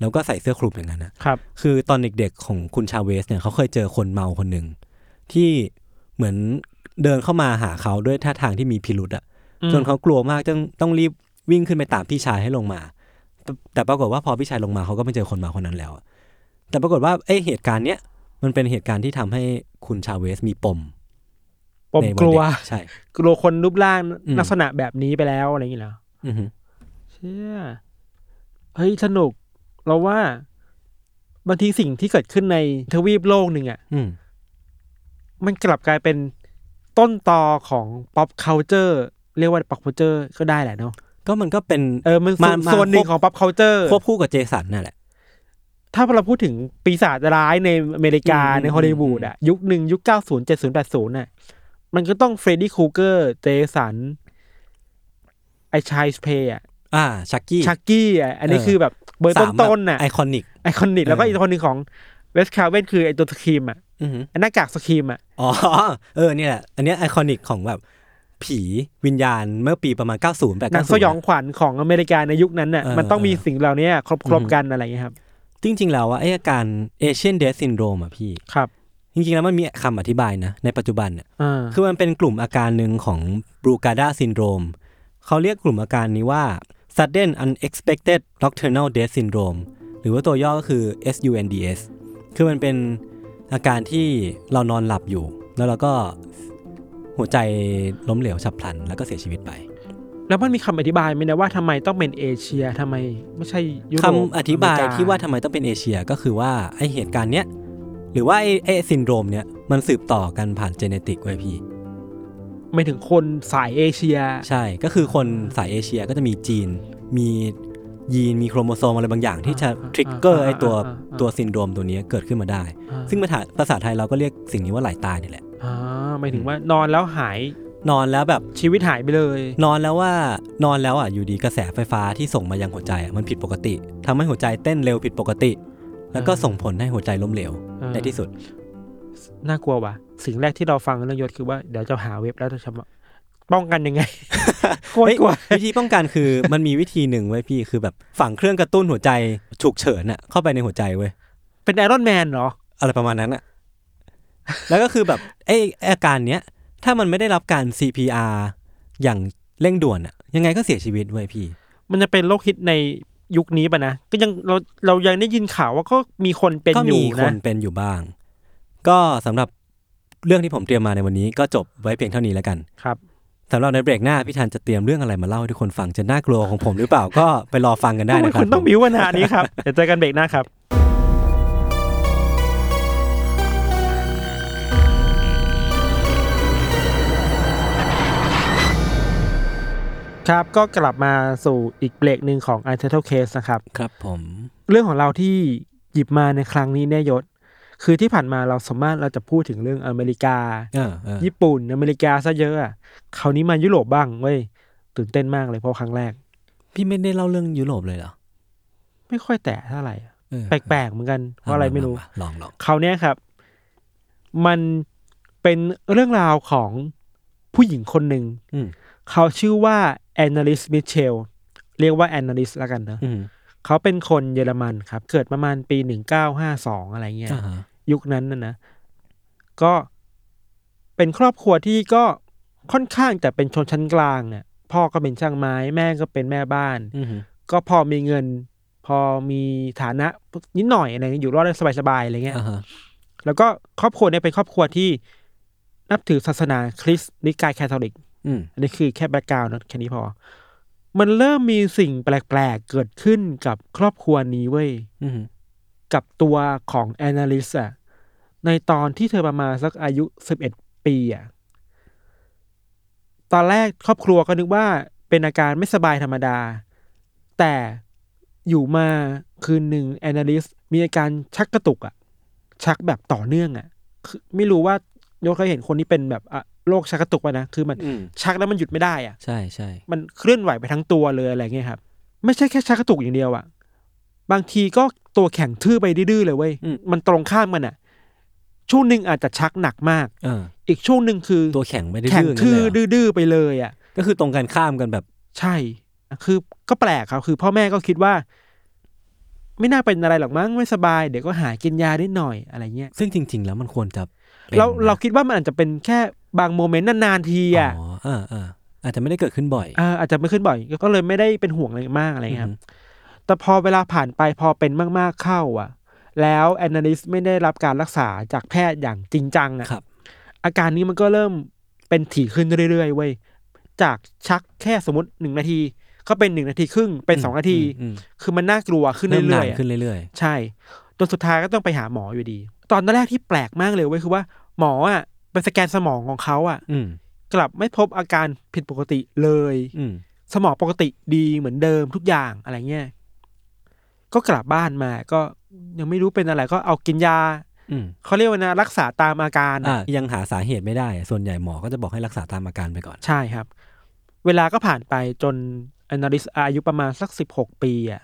B: แล้วก็ใส่เสื้อคลุมอย่างนั้นนะครับ คือตอนเด็กๆของคุณชาเวสเนี่ยเขาเคยเจอคนเมาคนหนึ่งที่ เหมือนเดินเข้ามาหาเขาด้วยท่าทางที่มีพิรุษอะจนเขากลัวมากจนต้องรีบวิ่งขึ้นไปตามพี่ชายให้ลงมา แต่แต่ปรากฏว่าพอพี่ชายลงมาเขาก็ไม่เจอคนมาคนนั้นแล้วอะแต่ปรากฏว่าไอเหตุการณ์เนี้ยมันเป็นเหตุการณ์ที่ทำให้คุณชาเวสมีปม
C: ผม
B: ในนเด็
C: กลัว
B: ใช่
C: กลัวคนรูปร่าง
B: อืม
C: ลักษณะแบบนี้ไปแล้วอะไรอย่างเงี้ยเหรอ
B: อือฮึ
C: เชี่ยเฮ้ยสนุก เราว่าบางทีสิ่งที่เกิดขึ้นในทวีปโลกหนึ่งอ่ะ
B: อืม
C: มันกลับกลายเป็นต้นตอของ pop culture เรียกว่า pop culture ก็ได้แหละเนาะ
B: ก็มันก็เป็น
C: เออมันส่วนส่วนหนึ่งของ pop culture
B: ควบคู่กับเจสันนั่นแหละ
C: ถ้าเราพูดถึงปีศาจร้ายในอเมริกา
B: อืม
C: ในฮอลลีวูดอ่ะ ยุคหนึ่งยุค 90 70 80น่ะมันก็ต้องเฟรดดี้ครูเกอร์เจสัน ไอชายสเปย์อ่ะ
B: อ่าชักกี้
C: ชักกี้อ่ะอันนี้
B: เออ
C: คือแบบเบอร์ต้นต้นน่ะ
B: ไอคอนิก
C: ไอคอนิกแล้วก็
B: เอออี
C: อีกคนหนึ่งของเวสคาเวนคือไอตัวสครีมอ่ะ
B: อือหือ
C: ไอ้หน้ากากสครีมอ่ะ
B: อ๋อ เออเนี่ยแหละ อันเนี้ไอคอนิกของแบบผีวิญญาณเมื่อปีประมาณ 90 แบบ
C: หนัง
B: 90
C: สยองขวัญของอเมริกาในยุคนั้นน่ะ
B: เออ
C: มันต้องมี
B: เออ
C: สิ่งเหล่านี้ครบ
B: อือ
C: ครบ
B: ฮึ
C: กันอะไรอย่างเงี้ยครับ
B: จริง ๆ แล้วอะไออาการเอเชียนเดสซินโดรมอะพี่
C: ครับ
B: จริง ๆ แล้วมันมีคำอธิบายนะ ในปัจจุบันเนี่ย
C: อ่า
B: คือมันเป็นกลุ่มอาการหนึ่งของบรูกาดาซินโดรมเขาเรียกกลุ่มอาการนี้ว่า sudden unexpected nocturnal death syndrome หรือว่าตัวย่อก็คือ SUNDS คือมันเป็นอาการที่เรานอนหลับอยู่ แล้วเราก็หัวใจล้มเหลวฉับพลัน แล้วก็เสียชีวิตไป
C: แล้วมันมีคำอธิบายไหมนะว่าทำไมต้องเป็นเอเชียทำไมไม่ใช่ยุโรป
B: คำอธิบาย
C: เมริก
B: ที่ว่าทำไมต้องเป็นเอเชียก็คือว่า ไอเหตุการณ์เนี้ย หรือว่าไอไอซินโดรมเนี้ยมันสืบต่อกันผ่านเจเนติกไว้ยพี่
C: ไม่ถึงคนสายเอเชีย
B: ใช่ ก็คือคนสายเอเชียก็จะมีจีน มียีน มีโครโมโซมอะไรบางอย่างที่จะ
C: อ่าอ่า
B: ทริกเกอร์
C: อ่า
B: ไอตัว
C: อ่าอ่า
B: ตัวซินโดรมตัวนี้เกิดขึ้นมาได้ ซึ่งภาษาภาษาไทยเราก็เรียกสิ่งนี้ว่าไหลาตายนี่แหละ
C: อ่าไม่ถึงว่านอนแล้วหาย
B: นอนแล้วแบบ
C: ชีวิตหายไปเลย
B: นอนแล้วว่านอนแล้วอ่ะอยู่ดีกระแสไฟฟ้าที่ส่งมายังหัวใจอ่ะมันผิดปกติทำให้หัวใจเต้นเร็วผิดปกติ แล้วก็ส่งผลให้หัวใจล้มเหลว
C: เออ
B: ในที่สุด
C: น่ากลัวว่ะ สิ่งแรกที่เราฟังเรื่องยศคือว่าเดี๋ยวจะหาเว็บแล้วจะทำป้องกันยังไง โคตรกลัว
B: เฮ้ยวิธีป้องกันคือ มันมีวิธีหนึ่งไว้ยพี่คือแบบฝังเครื่องกระตุ้นหัวใจฉุกเฉินอ่ะเข้าไปในหัวใจเว้ย
C: เป็นไอรอนแมนเหรอ
B: อะไรประมาณนั้นอะแล้วก็คือแบบไอ้อาการเนี้ย ถ้ามันไม่ได้รับการ CPR อย่างเร่งด่วนอะยังไงก็เสียชีวิตเว้ยพี่
C: มันจะเป็นโรคฮิตในยุคนี้ป่ะนะ ก็ยังเราเรายังได้ยินข่าวว่าก็มีคนเป็น
B: ก็
C: อ
B: มี
C: ยู่
B: คน
C: นะ
B: เป็นอยู่บ้าง ก็สำหรับเรื่องที่ผมเตรียมมาในวันนี้ก็จบไว้เพียงเท่านี้แล้วกัน
C: ครับ
B: สำหรับในเบรกหน้าพี่ธันจะเตรียมเรื่องอะไรมาเล่าให้ทุกคนฟังจะน่ากลัวของผมหรือเปล่า ก็ไปรอฟังกันได้
C: ทำไม
B: นะครั
C: คุ
B: บ
C: ณต้องบิวขนาดนี้ ครับ เดี๋ยวเจอกันเบรกหน้าครับ ครับก็กลับมาสู่อีกเบรกหนึ่งของ Untitled Case นะครับ
B: ครับผม
C: เรื่องของเราที่หยิบมาในครั้งนี้เนี่ยยศ คือที่ผ่านมาเราสามารถเราจะพูดถึงเรื่องอเมริกา
B: เออเออ
C: ญี่ปุ่น อเมริกาซะเยอะอะคราวนี้มายุโรปบ้างเว้ยตื่นเต้นมากเลยเพราะครั้งแรก
B: พี่ไม่ได้เล่าเรื่องยุโรปเลยเหรอ
C: ไม่ค่อยแตะเท่าไหร่อะ
B: เออ
C: แปลกๆเหมือนกันเพราะอะไรไม่รู้
B: าลองลอง
C: คราวเนี้ยครับ มันเป็นเรื่องราวของผู้หญิงคนหนึ่ง
B: อืม
C: เขาชื่อว่าแอนนาลิสมิเชลเรียกว่าแอนนาลิสแล้วกันเนอะ
B: อืม
C: เขาเป็นคนเยอรมันครับ เกิดประมาณปีหนึ่งเก้าห้าสองอะไรเงี้ย
B: อ่าฮะ
C: ยุคนั้นนะนะ ก็เป็นครอบครัวที่ก็ค่อนข้างแต่เป็นชนชั้นกลางเนี่ยพ่อก็เป็นช่างไม้แม่ก็เป็นแม่บ้าน
B: อืม
C: ก็พอมีเงิน พอมีฐานะนิดหน่อยอะไรเงี้ยอยู่รอดได้สบายๆอะไรเงี้ย
B: อ่าฮะ
C: แล้วก็ครอบครัวเนี่ยเป็นครอบครัวที่นับถือศาสนาคริสต์นิกายแคทอลิก
B: อืม
C: อันนี้คือแค่แบ็กกราวน์นะแค่นี้พอ มันเริ่มมีสิ่งแปลกๆ เกิดขึ้นกับครอบครัวนี้เว้ย
B: อืม
C: กับตัวของแอนนาลิสอะในตอนที่เธอประมาณสักอายุสิบเอ็ดปีอะตอนแรกครอบครัวก็นึกว่าเป็นอาการไม่สบายธรรมดา แต่อยู่มาคืนหนึ่งแอนนาลิสมีอาการชักกระตุกอะชักแบบต่อเนื่องอะคือไม่รู้ว่ายกเคยเห็นคนที่เป็นแบบอะโรคชักกระตุกปะนะคือมัน
B: อืม
C: ชักแล้วมันหยุดไม่ได้อะ
B: ใช่ใช่
C: มันเคลื่อนไหวไปทั้งตัวเลยอะไรเงี้ยครับ ไม่ใช่แค่ชักกระตุกอย่างเดียวอะบางทีก็ตัวแข็งทื่อไปดื้อๆเลยเว้ยมันตรงข้ามกันอะช่วงหนึ่งอาจจะชักหนักมาก
B: เออ
C: อีกช่วงหนึ่งคือ
B: ตัวแข็งไม่ได้
C: แข็ง
B: ดื้ออย่าง
C: ทื่
B: นั้น
C: อ
B: เลยเหรอ
C: ดื้อๆไปเลยอะ
B: ก็คือตรงกันข้ามกันแบบ
C: ใช่คือก็แปลกครับ คือพ่อแม่ก็คิดว่า ไม่น่าเป็นอะไรหรอกมั้งไม่สบาย เดี๋ยวก็หายกินยานิดหน่อยอะไรเงี้ย
B: ซึ่งจริง ๆ แล้วมันควรจะ เป็น
C: เรา
B: นะ
C: เราคิดว่ามันอาจจะเป็นแค่บางโมเมนต์นานๆทีอ่ะ
B: อ๋ออ่าอ่าอาจจะไม่ได้เกิดขึ้นบ่อย
C: เอออาจจะไม่ขึ้นบ่อย ก็เลยไม่ได้เป็นห่วงอะไรมากอะไรเงี้ยครับ แต่พอเวลาผ่านไปพอเป็นมากๆเข้าอ่ะ แล้วแอนนาลิสไม่ได้รับการรักษาจากแพทย์อย่างจริงจัง
B: อืม
C: อ่ะ
B: ครับ
C: อาการนี้มันก็เริ่มเป็นถี่ขึ้นเรื่อยๆเว้ยจากชักแค่สมมติหนึ่งนาทีก็เป็นหนึ่งนาทีครึ่งเป็นสองนาที
B: อืม
C: คือมันน่ากลัว
B: อื
C: ขึ้
B: ม
C: น
B: เริ่มห
C: เรื่
B: นา
C: อน ยๆอะ
B: ขึ้นเรื่อย
C: ใช่จนสุดท้ายก็ต้องไปหาหมออยู่ดี ตอนแรกที่แปลกมากเลยเว้ยคือว่าหมออ่ะไปสแกนสมองของเขาอ่ะ
B: ๆ อืม
C: กลับไม่พบอาการผิดปกติเลย
B: อืม
C: สมองปกติดีเหมือนเดิมทุกอย่างอะไรเงี้ย ก็กลับบ้านมาก็ยังไม่รู้เป็นอะไรก็เอากินยา
B: อืม
C: เขาเรียกว่านะรักษาตามอาการ
B: อ่า
C: น่ะ
B: ยังหาสาเหตุไม่ได้ ส่วนใหญ่หมอก็จะบอกให้รักษาตามอาการไปก่อน
C: ใช่ครับ เวลาก็ผ่านไปจนอนาลิสอายุประมาณสักสิบหกปีอ่ะ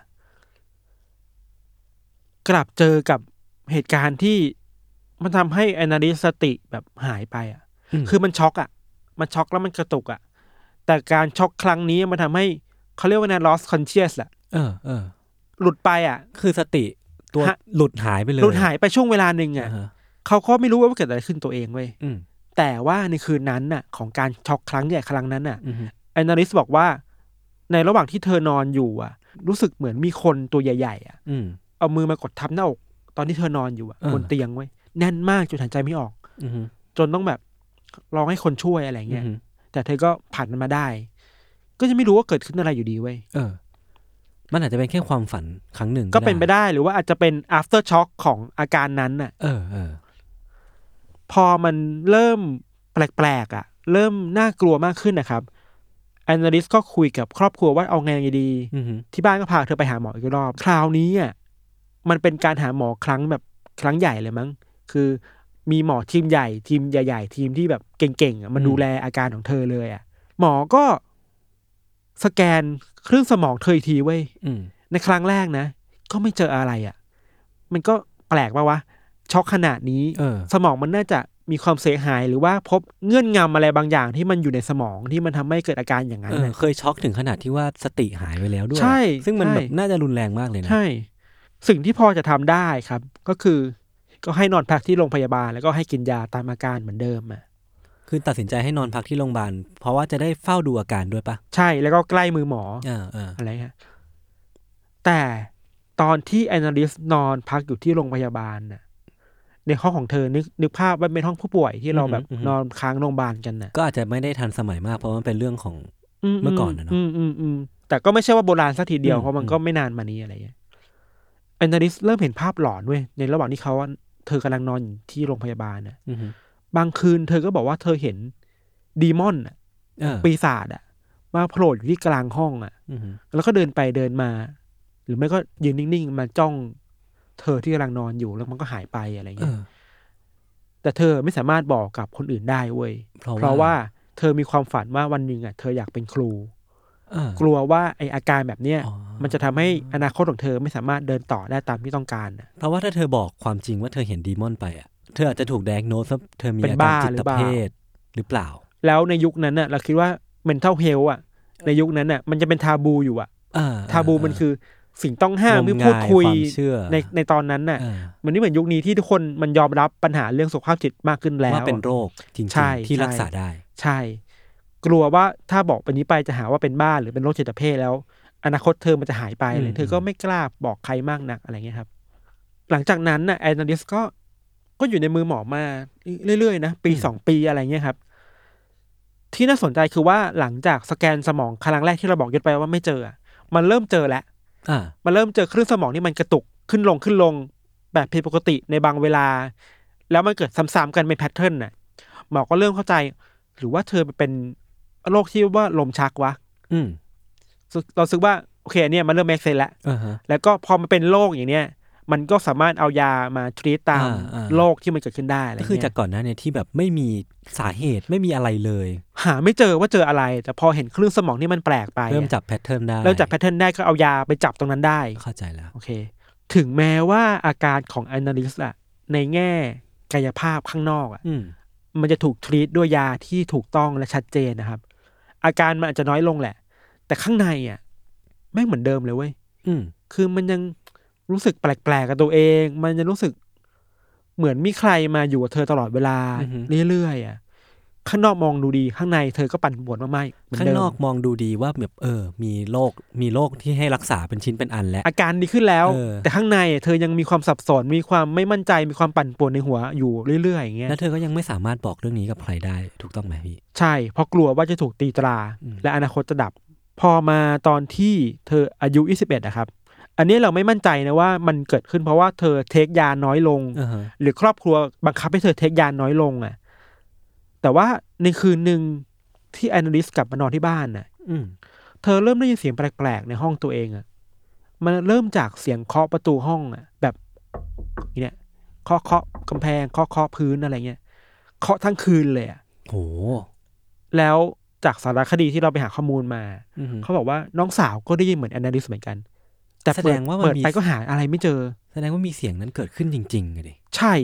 C: กลับเจอกับเหตุการณ์ที่มันทำให้อนาลิสสติแบบหายไปอ่ะ
B: อืม
C: คือมันช็อกอ่ะ มันช็อกแล้วมันกระตุกอ่ะ แต่การช็อกครั้งนี้มันทำให้เขาเรียกว่านะ lost conscious แหละ
B: เออเออ
C: หลุดไปอ่ะ
B: คือสติตัว
C: ฮะ
B: หลุดหายไปเลย
C: หลุดหายไปช่วงเวลาหนึ่ง
B: อ่า
C: อ่ะ
B: ฮะ
C: เขาก็ไม่รู้ว่าเกิดอะไรขึ้นตัวเองเว้ย
B: อืม
C: แต่ว่าในคืนนั้นน่ะ ของการช็อกครั้งใหญ่ครั้งนั้นน่ะ
B: อืม
C: แอนนาลิสบอกว่า ในระหว่างที่เธอนอนอยู่อ่ะ รู้สึกเหมือนมีคนตัวใหญ่ๆอ่ะ
B: อืม
C: เอามือมากดทับหน้าอกตอนที่เธอนอนอยู่อ่ะ
B: เออ
C: บนเตียงเว้ยแน่นมากจนหายใจไม่ออก
B: อืมอืม
C: จนต้องแบบร้องให้คนช่วยอะไรเงี้ย
B: อืม
C: แต่เธอก็ผ่านมันมาได้ ก็จะไม่รู้ว่าเกิดขึ้นอะไรอยู่ดีเว้ย
B: เออ มันอาจจะเป็นแค่ความฝันครั้งหนึ่ง
C: ก็เป็นไปได้หรือว่าอาจจะเป็น after shock ของอาการนั้นน่ะ
B: เออเออ
C: พอมันเริ่มแปลกๆอะ่ะ เริ่มน่ากลัวมากขึ้นนะครับแอนนาลิสก็คุยกับครอบครัวว่าเอาไงดี
B: อืม
C: ที่บ้านก็พาเธอไปหาหมออีกรอบ คราวนี้อะ่ะมันเป็นการหาหมอครั้งแบบครั้งใหญ่เลยมั้ง คือมีหมอทีมใหญ่ทีมใหญ่ ๆ ทีมที่แบบเก่งๆอะมาดูแลอาการของเธอเลยอะ่ะ หมอก็สแกนคลื่นสมองเธออีกทีเว้ย
B: อืม
C: ในครั้งแรกนะ ก็ไม่เจออะไรอะ่ะ มันก็แปลกปะวะช็อกขนาดนี้
B: เออ
C: สมองมันน่าจะมีความเสียหายหรือว่าพบเงื่อนงำอะไรบางอย่างที่มันอยู่ในสมองที่มันทำให้เกิดอาการอย่างนั้น
B: เออ
C: น่ะ
B: เคยช็อกถึงขนาดที่ว่าสติหายไปแล้วด้วย
C: ใช่
B: ซึ่งมัน
C: ใช่
B: แบบน่าจะรุนแรงมากเลยนะ
C: ใช่ สิ่งที่พอจะทำได้ครับ ก็คือ ก็ให้นอนพักที่โรงพยาบาล แล้วก็ให้กินยาตามอาการเหมือนเดิมอ่ะ
B: คือตัดสินใจให้นอนพักที่โรงพยาบาลเพราะว่าจะได้เฝ้าดูอาการด้วยปะ
C: ใช่แล้วก็ใกล้มือหมอ
B: อ่าอ่า
C: อะไรฮะแต่ตอนที่แอนนาลิสนอนพักอยู่ที่โรงพยาบาลน่ะ ในห้องของเธอนึกนึกภาพว่าเป็นห้องผู้ป่วยที่เราแบบนอนค้างโรงพยาบาลกันน่ะ
B: ก็อาจจะไม่ได้ทันสมัยมากเพราะมันเป็นเรื่องของ เมื่อก่อนน่ะเนอะ
C: มอืมอืมแต่ก็ไม่ใช่ว่าโบราณสักทีเดียว
B: อืม
C: เพราะมัน
B: อืม
C: ก็ไม่นานมานี้อะไรอย่างเงี้ยแอนนาลิสเริ่มเห็นภาพหลอนเว้ยในระหว่างที่เขาว่าเธอกำลังนอนอยู่ที่โรงพยาบาลน่ะ
B: อืม
C: บางคืนเธอก็บอกว่าเธอเห็นดีมอนน่ะ
B: เออ
C: ปีศาจอ่ะ มาโผล่อยู่ที่กลางห้องอ่ะ
B: อืม
C: แล้วก็เดินไปเดินมา หรือไม่ก็ยืนนิ่งๆมาจ้อง เธอที่กำลังนอนอยู่แล้วมันก็หายไปอะไร
B: เอ
C: เงี้ย
B: อ
C: แต่เธอไม่สามารถบอกกับคนอื่นได้เว้ย
B: เพราะ
C: เพราะ
B: ว่า
C: ว่าเธอมีความฝันว่าวันหนึ่งอ่ะเธออยากเป็นครู
B: เออก
C: ลัวว่าไออาการแบบเนี้ย
B: อ๋อ
C: มันจะทำให้อนาคตของเธอไม่สามารถเดินต่อได้ตามที่ต้องการน่ะ
B: เพราะว่าถ้าเธอบอกความจริงว่าเธอเห็นดีมอนไปอ่ะ เธออาจจะถูกแดกโนสเธอมี
C: เป็น
B: อาการ
C: บ้า
B: จิ
C: หรื
B: ต
C: อเปล่า
B: เภทหรือเปล่า
C: แล้วในยุคนั้นน่ะเราคิดว่า mental health อ่ะ ในยุคนั้นน่ะมันจะเป็นทาบูอยู่อ่ะ
B: เออ
C: ทาบูมันคือสิ่งต้องห้าม
B: ง
C: ที่
B: มงาย
C: พูดคุย
B: ความเชื่อ
C: ในในตอนนั้นน่ะ
B: เออ
C: มันไม่เหมือนยุคนี้ที่ทุกคนมันยอมรับปัญหาเรื่องสุขภาพจิตมากขึ้นแล้ว
B: ว่าเป็นโรคจริง
C: ใช่
B: ๆที่
C: ใช่
B: รักษาได้
C: ใช่ กลัวว่าถ้าบอกไปนี้ไปจะหาว่าเป็นบ้าหรือเป็นโรคจิตเภทแล้ว อนาคตเธอมันจะหายไปเล
B: อื
C: ย
B: ม
C: เธอก็ไม่กล้าบอกใครมากนักอะไรเงี้ยครับ หลังจากนั้นน่ะแอนนาลิสก็ก็อยู่ในมือหมอมาเรื่อยๆนะปีสองปีอะไรเงี้ยครับ ที่น่าสนใจคือว่าหลังจากสแกนสมองครั้งแรกที่เราบอกยึดไปว่าไม่เจออะมันเริ่มเจอแล้ว
B: อ่า
C: มันเริ่มเจอคลื่นสมองที่มันกระตุกขึ้นลงขึ้นลงแบบผิดปกติในบางเวลา แล้วมันเกิดซ้ำๆกันเป็นแพทเทิร์นน่ะหมอก็เริ่มเข้าใจ หรือว่าเธอเป็นโรคที่ว่าลมชักวะ
B: อืม
C: ซึ่งเราซึกว่าโอเคอันเนี่ยมันเริ่มแม็กเซนแล้ว
B: อ่าฮะ
C: แล้วก็พอมันเป็นโรคอย่างเนี้ยมันก็สามารถเอายามาทรีตตาม
B: อ่าอ่า
C: โรคที่มันเกิดขึ้นได้อะไร
B: ก็
C: เงี้ย
B: คือจากก่อนหน้าเนี่ยที่แบบไม่มีสาเหตุไม่มีอะไรเลย
C: หาไม่เจอว่าเจออะไร แต่พอเห็นคลื่นสมองที่มันแปลกไปอะ
B: เริ่มจับแพทเทิร์นได้
C: เริ่มจับแพทเทิร์นได้ก็เอายาไปจับตรงนั้นได้
B: เข้าใจแล้ว
C: โอเค ถึงแม้ว่าอาการของแอนาลิสอะในแง่กายภาพข้างนอกอะ
B: อืม
C: มันจะถูกทรีตด้วยยาที่ถูกต้องและชัดเจนนะครับ อาการมันอาจจะน้อยลงแหละ แต่ข้างในอะไม่งเหมือนเดิมเลยเว้ย
B: อืม
C: คือมันยังรู้สึกแปลกๆกับตัวเอง มันยังรู้สึก เหมือนมีใครมาอยู่กับเธอตลอดเวลา
B: อือฮึ
C: เรื่อยๆอ่ะข้างนอกมองดูดีข้างในเธอก็ปั่นปวดมากๆเหมือน
B: ข้าง
C: เดิม
B: นอกมองดูดีว่าแบบเออ มีโรคมีโรคที่ให้รักษาเป็นชิ้นเป็นอันแล้ว
C: อาการดีขึ้นแล้ว
B: เออ
C: แต่ข้างในเธอยังมีความสับสนมีความไม่มั่นใจมีความปั่นป่วนในหัวอยู่เรื่อยๆอย่างเงี้ย
B: แล้วเธอก็ยังไม่สามารถบอกเรื่องนี้กับใครได้ถูกต้องไหมพี่
C: ใช่ เพราะกลัวว่าจะถูกตีตรา
B: อืม
C: และอนาคตจะดับ พอมาตอนที่เธออายุ 21นะครับ อันนี้เราไม่มั่นใจนะว่ามันเกิดขึ้นเพราะว่าเธอเทคยาน้อยลง
B: อ่าฮะ
C: หรือครอบครัวบังคับให้เธอเทคยาน้อยลงอะ่ะ แต่ว่าในคืนหนึ่งที่แอนลิสกลับมานอนที่บ้านน่ะ
B: อืม
C: เธอเริ่มได้ยินเสียงแปลกๆ ในห้องตัวเองอะ่ะ มันเริ่มจากเสียงเคาะประตูห้องอะ่ะ แบบอย่างเนี้ยเคาะเคาะกำแพงเคาะเคาะพื้นอะไรเงี้ยเคาะทั้งคืนเลยอ่ะ
B: โห
C: แล้วจากสารคดีที่เราไปหาข้อมูลมา
B: อือฮึ
C: เขาบอกว่าน้องสาวก็ได้ยินเหมือนแอนนาลิสเหมือนกัน แต่
B: แส
C: เปิ
B: ดงว่ามัน
C: เปิด
B: มี
C: ไปก็หาอะไรไม่เจอ
B: แสดงว่ามีเสียงนั้นเกิดขึ้นจริงๆอะดิ
C: ใช่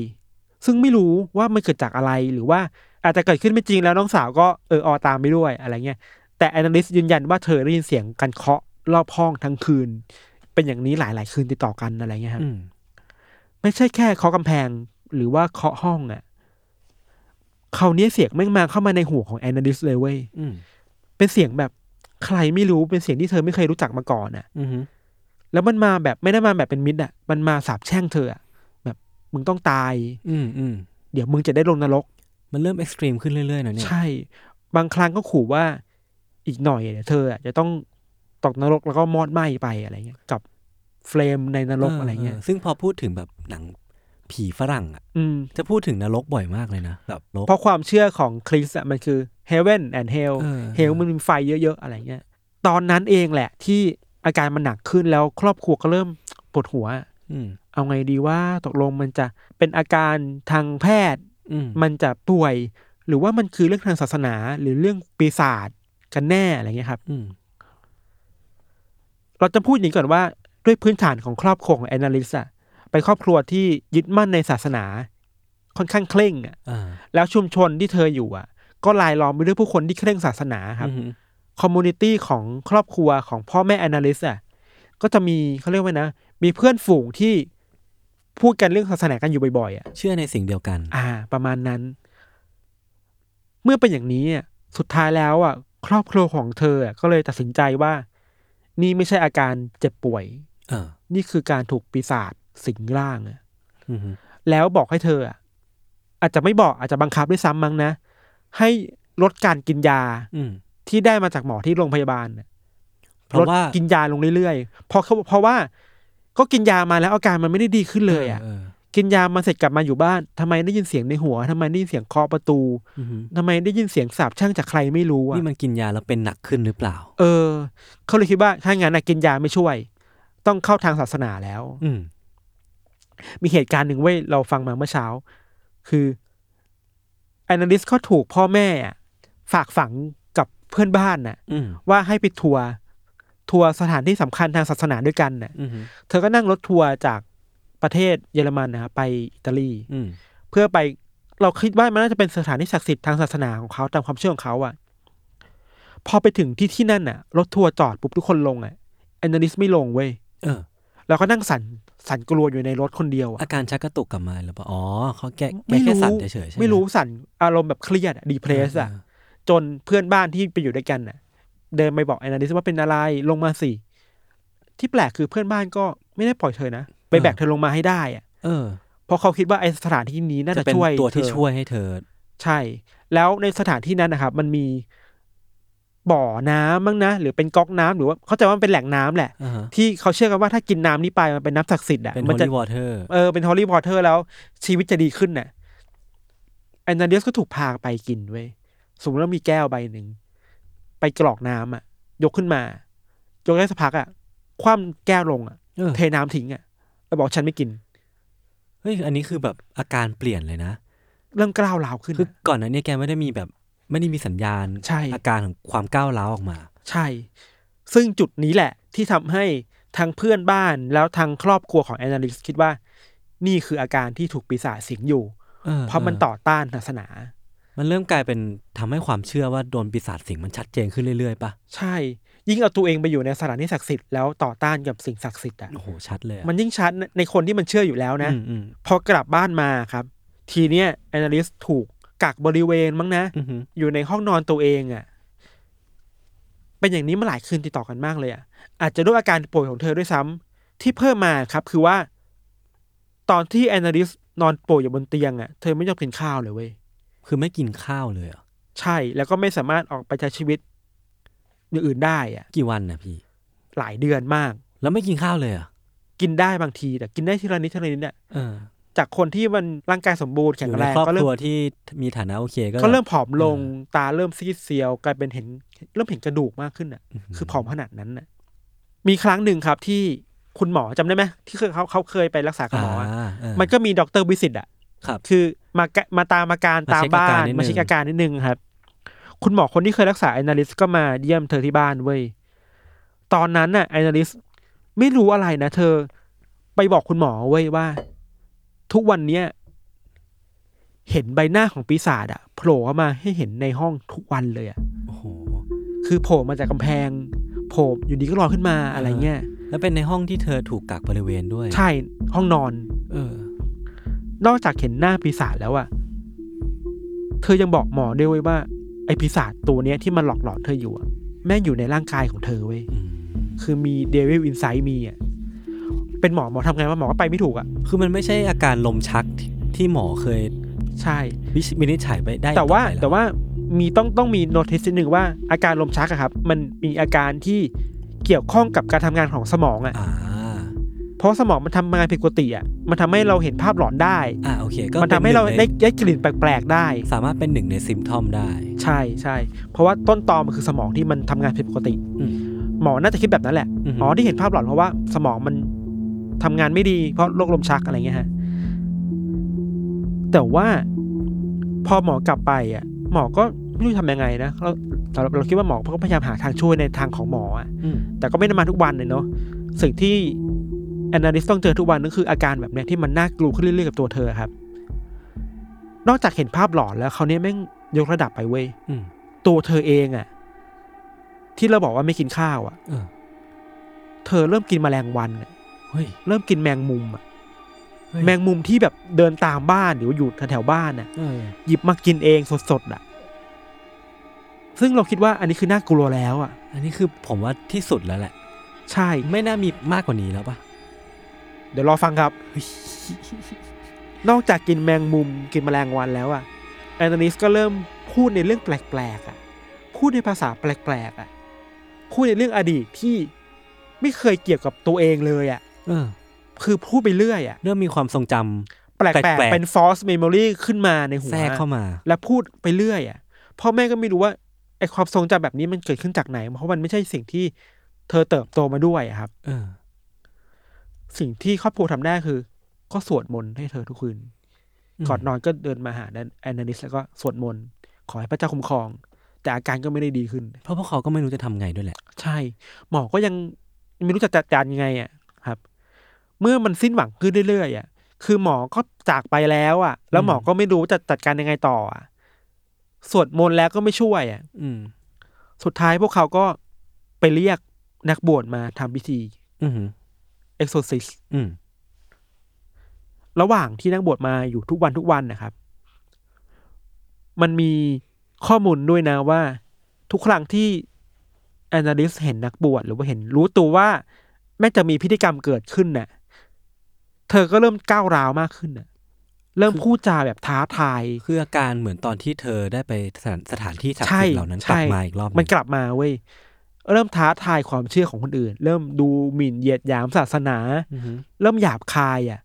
C: ซึ่งไม่รู้ว่ามันเกิดจากอะไรหรือว่าอาจจะเกิดขึ้นไม่จริงแล้วน้องสาวก็เออออตามไปด้วยอะไรเงี้ยแต่แอนนาลิสยืนยันว่าเธอได้ยินเสียงการเคาะรอบห้องทั้งคืน เป็นอย่างนี้หลาย ๆ คืนติดต่อกันอะไรเงี้ยครับ
B: อืม
C: ไม่ใช่แค่เคาะกำแพงหรือว่าเคาะห้องอะ่ะคราวนี้เสียงแม่งมาเข้ามาในหูของแอนนาลิสเลยเว้ย
B: อืม
C: เป็นเสียงแบบใครไม่รู้เป็นเสียงที่เธอไม่เคยรู้จักมาก่อนน่ะ
B: อือฮึ
C: แล้วมันมาแบบไม่ได้มาแบบเป็นมิตรอ่ะ มันมาสาบแช่งเธออะแบบมึงต้องตาย
B: อืมอืม
C: เดี๋ยวมึงจะได้ลงนรก
B: มันเริ่มเอ็กซ์ตรีมขึ้นเรื่อยๆนะเนี่ย
C: ใช่ บางครั้งก็ขู่ว่าอีกหน่อยเดี๋ยวเธออะจะต้องตกนรกแล้วก็มอดไหม้ไปอะไรเงี้ย กับเฟลมในนรกอะไรเงี้ย
B: ซึ่งพอพูดถึงแบบหนังผีฝรั่งอ่ะ
C: อืม
B: จะพูดถึงนรกบ่อยมากเลยนะแบบนรก
C: เพราะความเชื่อของคริสต์อะมันคือ heaven and hell
B: เออ
C: hell มันมีไฟเยอะๆอะไรเงี้ย ตอนนั้นเองแหละที่อาการมันหนักขึ้นแล้วครอบครัวก็เริ่มปวดหัว
B: อืม
C: เอาไงดีว่าตกลงมันจะเป็นอาการทางแพทย์
B: อืม
C: มันจะป่วย หรือว่ามันคือเรื่องทางศาสนาหรือเรื่องปีศาจกันแน่อะไรเงี้ยครับ
B: อืม
C: เราจะพูดอย่างนี้ก่อนว่าด้วยพื้นฐานของครอบครัวของแอนนาลิสอะไปนครอบครัวที่ยึดมั่นในศาสนา ค่อนข้างเคร่งอะ
B: อ่า
C: แล้วชุมชนที่เธออยู่อะก็ลายล้อมไปด้วยผู้คนที่เคร่งศาสนาครับ
B: อืม
C: คอมมูนิตี้ของครอบครัวของพ่อแม่แอนนาลิสอะก็จะมีเขาเรียกว่านะ มีเพื่อนฝูงที่พูดกันเรื่องศาสนากันอยู่บ่อยๆอะ
B: เชื่อในสิ่งเดียวกัน
C: อ่า ประมาณนั้น เมื่อเป็นอย่างนี้อ่ะสุดท้ายแล้วอ่ะ ครอบครัวของเธออ่ะก็เลยตัดสินใจว่า นี่ไม่ใช่อาการเจ็บป่วย
B: เออ
C: นี่คือการถูกปีศาจสิงร่างอ่ะ
B: อืม
C: แล้วบอกให้เธออ่ะอาจจะไม่บอกอาจจะบังคับด้วยซ้ำมั้งนะ ให้ลดการกินยา
B: อืม
C: ที่ได้มาจากหมอที่โรงพยาบาลน่ะ
B: เพราะว่า
C: ลดกินยาลงเรื่อยๆเพราะเขาเพราะว่า ก็กินยามาแล้วอาการมันไม่ได้ดีขึ้นเลยอ่ะ
B: เออ
C: กินยามาเสร็จกลับมาอยู่บ้านทำไมได้ยินเสียงในหัวทำไมได้ยินเสียงเคาะประตู
B: เอออืม
C: ทำไมได้ยินเสียงสาบแช่างจากใครไม่รู้อ่ะ
B: นี่มันกินยาแล้วเป็นหนักขึ้นหรือเปล่า
C: เออ เขาเลยคิดว่าถ้างั้นนะกินยาไม่ช่วย ต้องเข้าทางศาสนาแล้ว
B: อืม
C: มีเหตุการณ์หนึ่งเว้ยเราฟังมาเมื่อเช้า คือแอนนาลิสก็ถูกพ่อแม่อะฝากฝังกับเพื่อนบ้านน่ะ
B: อืม
C: ว่าให้ไปทัวร์ทัวร์สถานที่สำคัญทางศาสนาด้วยกันน่ะ
B: อืม
C: เธอก็นั่งรถทัวร์จากประเทศเยอรมันนะครับไปอิตาลี
B: อืม
C: เพื่อไปเราคิดว่ามันน่าจะเป็นสถานที่ศักดิ์สิทธิ์ทางศาสนาของเขาตามความเชื่อของเขาอะพอไปถึงที่ที่นั่นอะรถทัวร์จอดปุ๊บทุกคนลงอะแอนนาลิสไม่ลงเว้ย
B: เออ
C: เราก็นั่งสัน่นสั่นกลัวอยู่ในรถคนเดียวอะ
B: อาการชักกระตุกกลับมาหรือเปล่า อ๋อเขาแก้แก้
C: ไม่
B: แค่
C: รู้
B: สั่นเฉยๆใช่ห
C: ไม่รู้สั่นอารมณ์แบบเครียดดีเพรสอะ
B: เออ
C: จนเพื่อนบ้านที่ไปอยู่ด้วยกันอะเดินไปบอกแอนนาลิสว่าเป็นอะไรลงมาสิที่แปลกคือเพื่อนบ้านก็ไม่ได้ปล่อยเธอนะไปแบกเธอลงมาให้ได้อะ
B: เออ
C: เพราะเขาคิดว่าไอสถานที่นี้น่า
B: จะ
C: จะ
B: เป็น
C: ช่วย
B: ตัวที่
C: เธอ
B: ช่วยให้เธอ
C: ใช่ แล้วในสถานที่นั้นนะครับ มันมีบ่อน้ำมั้งนะ หรือเป็นก๊อกน้ำหรือว่าเข้าใจว่ามันเป็นแหล่งน้ำแหละ
B: อ่าฮะ
C: ที่เขาเชื่อกันว่าถ้ากินน้ำนี้ไปมันเป็นน้ำศักดิ์สิทธิ์อ่ะ
B: เป็น
C: มั
B: holy
C: จะ
B: water
C: เออเป็นฮอลลี่วอเตอร์แล้วชีวิตจะดีขึ้นน่ะแอนนาเดียสก็ถูกพาไปกินเว้ยสมมติว่ามีแก้วใบหนึ่ง ไปกรอกน้ำอ่ะ ยกขึ้นมายกได้สักพักอ่ะคว่ำแก้วลงอ่ะ
B: เออ
C: เทน้ำทิ้งอ่ะแล้วบอกฉันไม่กิน
B: เฮ้ย อันนี้คือแบบอาการเปลี่ยนเลยนะ
C: เริ่มกล้าวร้าวขึ้น
B: คือ
C: น่ะ
B: ก่อนหนั้านเนี่ยแกไม่ได้มีแบบไม่ได้มีสัญญาณ
C: ใช่
B: อาการของความก้าวร้าวออกมา
C: ใช่ ซึ่งจุดนี้แหละที่ทำให้ทางเพื่อนบ้านแล้วทางครอบครัวของแอนนาลิสคิดว่า นี่คืออาการที่ถูกปีศาจสิงอยู่
B: ออ
C: เพราะมัน
B: ออ
C: ต่อต้านศาสนา
B: มันเริ่มกลายเป็นทำให้ความเชื่อว่าโดนปีศาจสิงมันชัดเจนขึ้นเรื่อยๆปะ
C: ใช่ จ ยิ่งเอาตัวเองไปอยู่ในสถานที่ศักดิ์สิทธิ์แล้วต่อต้านกับสิ่งศักดิ์สิทธิ์อ่ะ
B: โอ้โหชัดเลยอะ
C: มันยิ่งชัดในในคนที่มันเชื่ออยู่แล้วนะ
B: อืมอืม
C: พอกลับบ้านมาครับ ทีเนี้ยแอนาลิสถูกกักบริเวณมั้งนะ
B: อือหือ
C: อยู่ในห้องนอนตัวเองอะ่ะ เป็นอย่างนี้มาหลายคืนติดต่อกันมากเลยอะ่ะ อาจจะด้วยอาการป่วยของเธอด้วยซ้ำที่เพิ่มมาครับ คือว่า ตอนที่แอนาลิสนอนป่วยอยู่บนเตียงอะ่ะ เธอไม่ยอมกินข้าวเลยเว้ย
B: คือไม่กินข้าวเลยเหรอ
C: ใช่ แล้วก็ไม่สามารถออกไปใช้ชีวิตอย่างอื่นได้อะ่ะ
B: กี่วันนะพี่
C: หลายเดือนมาก
B: แล้วไม่กินข้าวเลยเหรอ่ะ
C: กินได้บางที แต่กินได้ทีละนิดทีละนิดเนี่ย
B: เออ
C: จากคนที่มันร่างกายสมบูรณ์
B: อ
C: แข็ง
B: ยู่ใน
C: แรง
B: ครอบ
C: ก็
B: ค
C: เริ่ม
B: รัวที่มีฐานะโอเคก็
C: ก็เริ่มผอมลง
B: เอ
C: ตาเริ่มซีดเซียวกลายเป็นเห็น เริ่มเห็นกระดูกมากขึ้นอ่ะ คือผอมขนาดนั้นน่ะ มีครั้งหนึ่งครับที่คุณหมอจำได้ไหมที่เคยเขาเขาเคยไปรักษากับหมออ่ะ
B: อ่าเออ
C: มันก็มีด็อกเตอร์วิสิตอ่ะ
B: ครับ
C: คือมามาตามอาการ
B: มา
C: ตาม
B: เช็คอา
C: บ้า
B: การ
C: น
B: นิดนึง
C: มาเช็คอาการนิดนึงครับ คุณหมอคนที่เคยรักษาไอนาลิสก็มาเยี่ยมเธอที่บ้านเว้ยตอนนั้นน่ะไอนาลิสไม่รู้อะไรนะเธอไปบอกคุณหมอเว้ยว่า ทุกวันเนี้ยเห็นใบหน้าของปีศาจอะโผล่เข้ามาให้เห็นในห้องทุกวันเลยอะ
B: โอ้โห
C: คือโผล่มาจากกำแพงโผล่อยู่ดีก็ลอยขึ้นมาอะไรเงี้ย
B: แล้วเป็นในห้องที่เธอถูกกักบริเวณด้วย
C: ใช่ห้องนอน
B: เออ
C: นอกจากเห็นหน้าปีศาจแล้วอะเธอยังบอกหมอด้วยเวยว่า ไอปีศาจตัวเนี้ยที่มันหลอกหลอนเธออยู่อะแม่งอยู่ในร่างกายของเธอเว้ย
B: อืม
C: คือมีเดวิลอินไซด์มีอะเป็นหมอหมอทำไงว่าหมอก็ไปไม่ถูกอะ
B: คือมันไม่ใช่อาการลมชักที่ที่หมอเคย
C: ใช่
B: วิวินิจฉัยไปได้
C: แต่ว่า
B: อไปล้
C: แต่ว่ามีต้องต้องมีโนติสนิดหนึ่งว่าอาการลมชักอะครับ มันมีอาการที่เกี่ยวข้องกับการทำงานของสมองอะ
B: อ่า
C: เพราะสมองมันทำงานผิดปกติอะมันทำให้เราเห็นภาพหลอนได้
B: อ่าโอเค ก็
C: มันทำให้เรา
B: ป็น
C: ได้
B: ง
C: ได้กลิ่นแปลกๆได้
B: สามารถเป็นหนึ่งในซิมทอมได้
C: ใช่ใช่ เพราะว่าต้นตอมันคือสมองที่มันทำงานผิดปกติ
B: อืม
C: หมอน่าจะคิดแบบนั้นแหละ
B: ม
C: อ๋อที่เห็นภาพหลอนเพราะว่าสมองมันทำงานไม่ดีเพราะโรคลมชักอะไรเงี้ยฮะ แต่ว่าพอหมอกลับไปอ่ะ หมอก็ไม่รู้ทำยังไงนะเราเราเราคิดว่าหมอก็พยายามหาทางช่วยในทางของหมออะ
B: อืม
C: แต่ก็ไม่ได้มาทุกวันเลยเนาะ สิ่งที่แอนาลิสต้องเจอทุกวันนั่นคืออาการแบบเนี้ยที่มันน่ากลัวขึ้นเรื่อยๆกับตัวเธอครับ นอกจากเห็นภาพหลอนแล้วเขาวเนี้ยแม่งยกระดับไปเว้ย
B: อืม
C: ตัวเธอเองอะที่เราบอกว่าไม่กินข้าวอะ
B: เออ
C: เธอเริ่มกินแมลงวันอะ
B: เฮ้ย
C: เริ่มกินแมงมุมอะ
B: เฮ้ย
C: แมงมุมที่แบบเดินตามบ้านหรือว่าอยู่แถวๆบ้านอะ
B: เออ
C: หยิบมากินเองสดๆอะซึ่งเราคิดว่าอันนี้คือน่ากลัวแล้วอะ
B: อันนี้คือผมว่าที่สุดแล้วแหละ
C: ใช่
B: ไม่น่ามีมากกว่านี้แล้วปะ
C: เดี๋ยวรอฟังครับ
B: เฮ้ย
C: นอกจากกินแมงมุมกินแมลงวันแล้วอะแอนโทนิสก็เริ่มพูดในเรื่องแปลกๆอะพูดในภาษาแปลกๆอะพูดในเรื่องอดีตที่ไม่เคยเกี่ยวกับตัวเองเลยอะ
B: เออ
C: คือพูดไปเรื่อยอะ
B: เริ่มมีความทรงจำ
C: แปลก
B: แปลกๆ
C: ๆเป็น false memory ขึ้นมาในหัว
B: แทรกเข้ามา
C: และพูดไปเรื่อยอ่ะพ่อแม่ก็ไม่รู้ว่าไอความทรงจำแบบนี้มันเกิดขึ้นจากไหน เพราะมันไม่ใช่สิ่งที่เธอเติบโตมาด้วยอะครับ
B: เออ
C: สิ่งที่ครอบครัวทำได้คือ ก็สวดมนต์ให้เธอทุกคืน
B: อืม
C: ก่อนนอนก็เดินมาหาแอนนาลิสแล้วก็สวดมนต์ขอให้พระเจ้าคุ้มครอง แต่อาการก็ไม่ได้ดีขึ้น
B: เพราะพวกเขาก็ไม่รู้จะทำไงด้วยแหละ
C: ใช่ หมอก็ยังไม่รู้จะจัดการยังไงอ่ะครับ เมื่อมันสิ้นหวังขึ้นเรื่อยๆอ่ะคือหมอก็จากไปแล้วอ่ะ แล้วหมอก็ไม่รู้จะจัดการยังไงต่ออ่ะสวดมนต์แล้วก็ไม่ช่วยอ่ะ
B: อืม
C: สุดท้ายพวกเขาก็ไปเรียกนักบวชมาทำพิธี
B: อือหือ
C: เอ็กโซซิส
B: อืม
C: ระหว่างที่นักบวชมาอยู่ทุกวันทุกวันนะครับ มันมีข้อมูลด้วยนะว่า ทุกครั้งที่แอนนาลิสเห็นนักบวชหรือว่าเห็นรู้ตัวว่า แม้จะมีพฤติกรรมเกิดขึ้นน่ะ เธอก็เริ่มก้าวร้าวมากขึ้นน่ะ เริ่มพูดจาแบบท้าทาย
B: คืออาการเหมือนตอนที่เธอได้ไปสถานสถานที่ศักดิ์
C: ใช่
B: สิทธิ์เหล่านั้นกลับ
C: ใช่
B: มาอีกรอบหง
C: มันกลับมาเว้ย เริ่มท้าทายความเชื่อของคนอื่น เริ่มดูหมิ่นเหยียดหยามศาสนา
B: อือหือ
C: เริ่มหยาบคายอ่ะ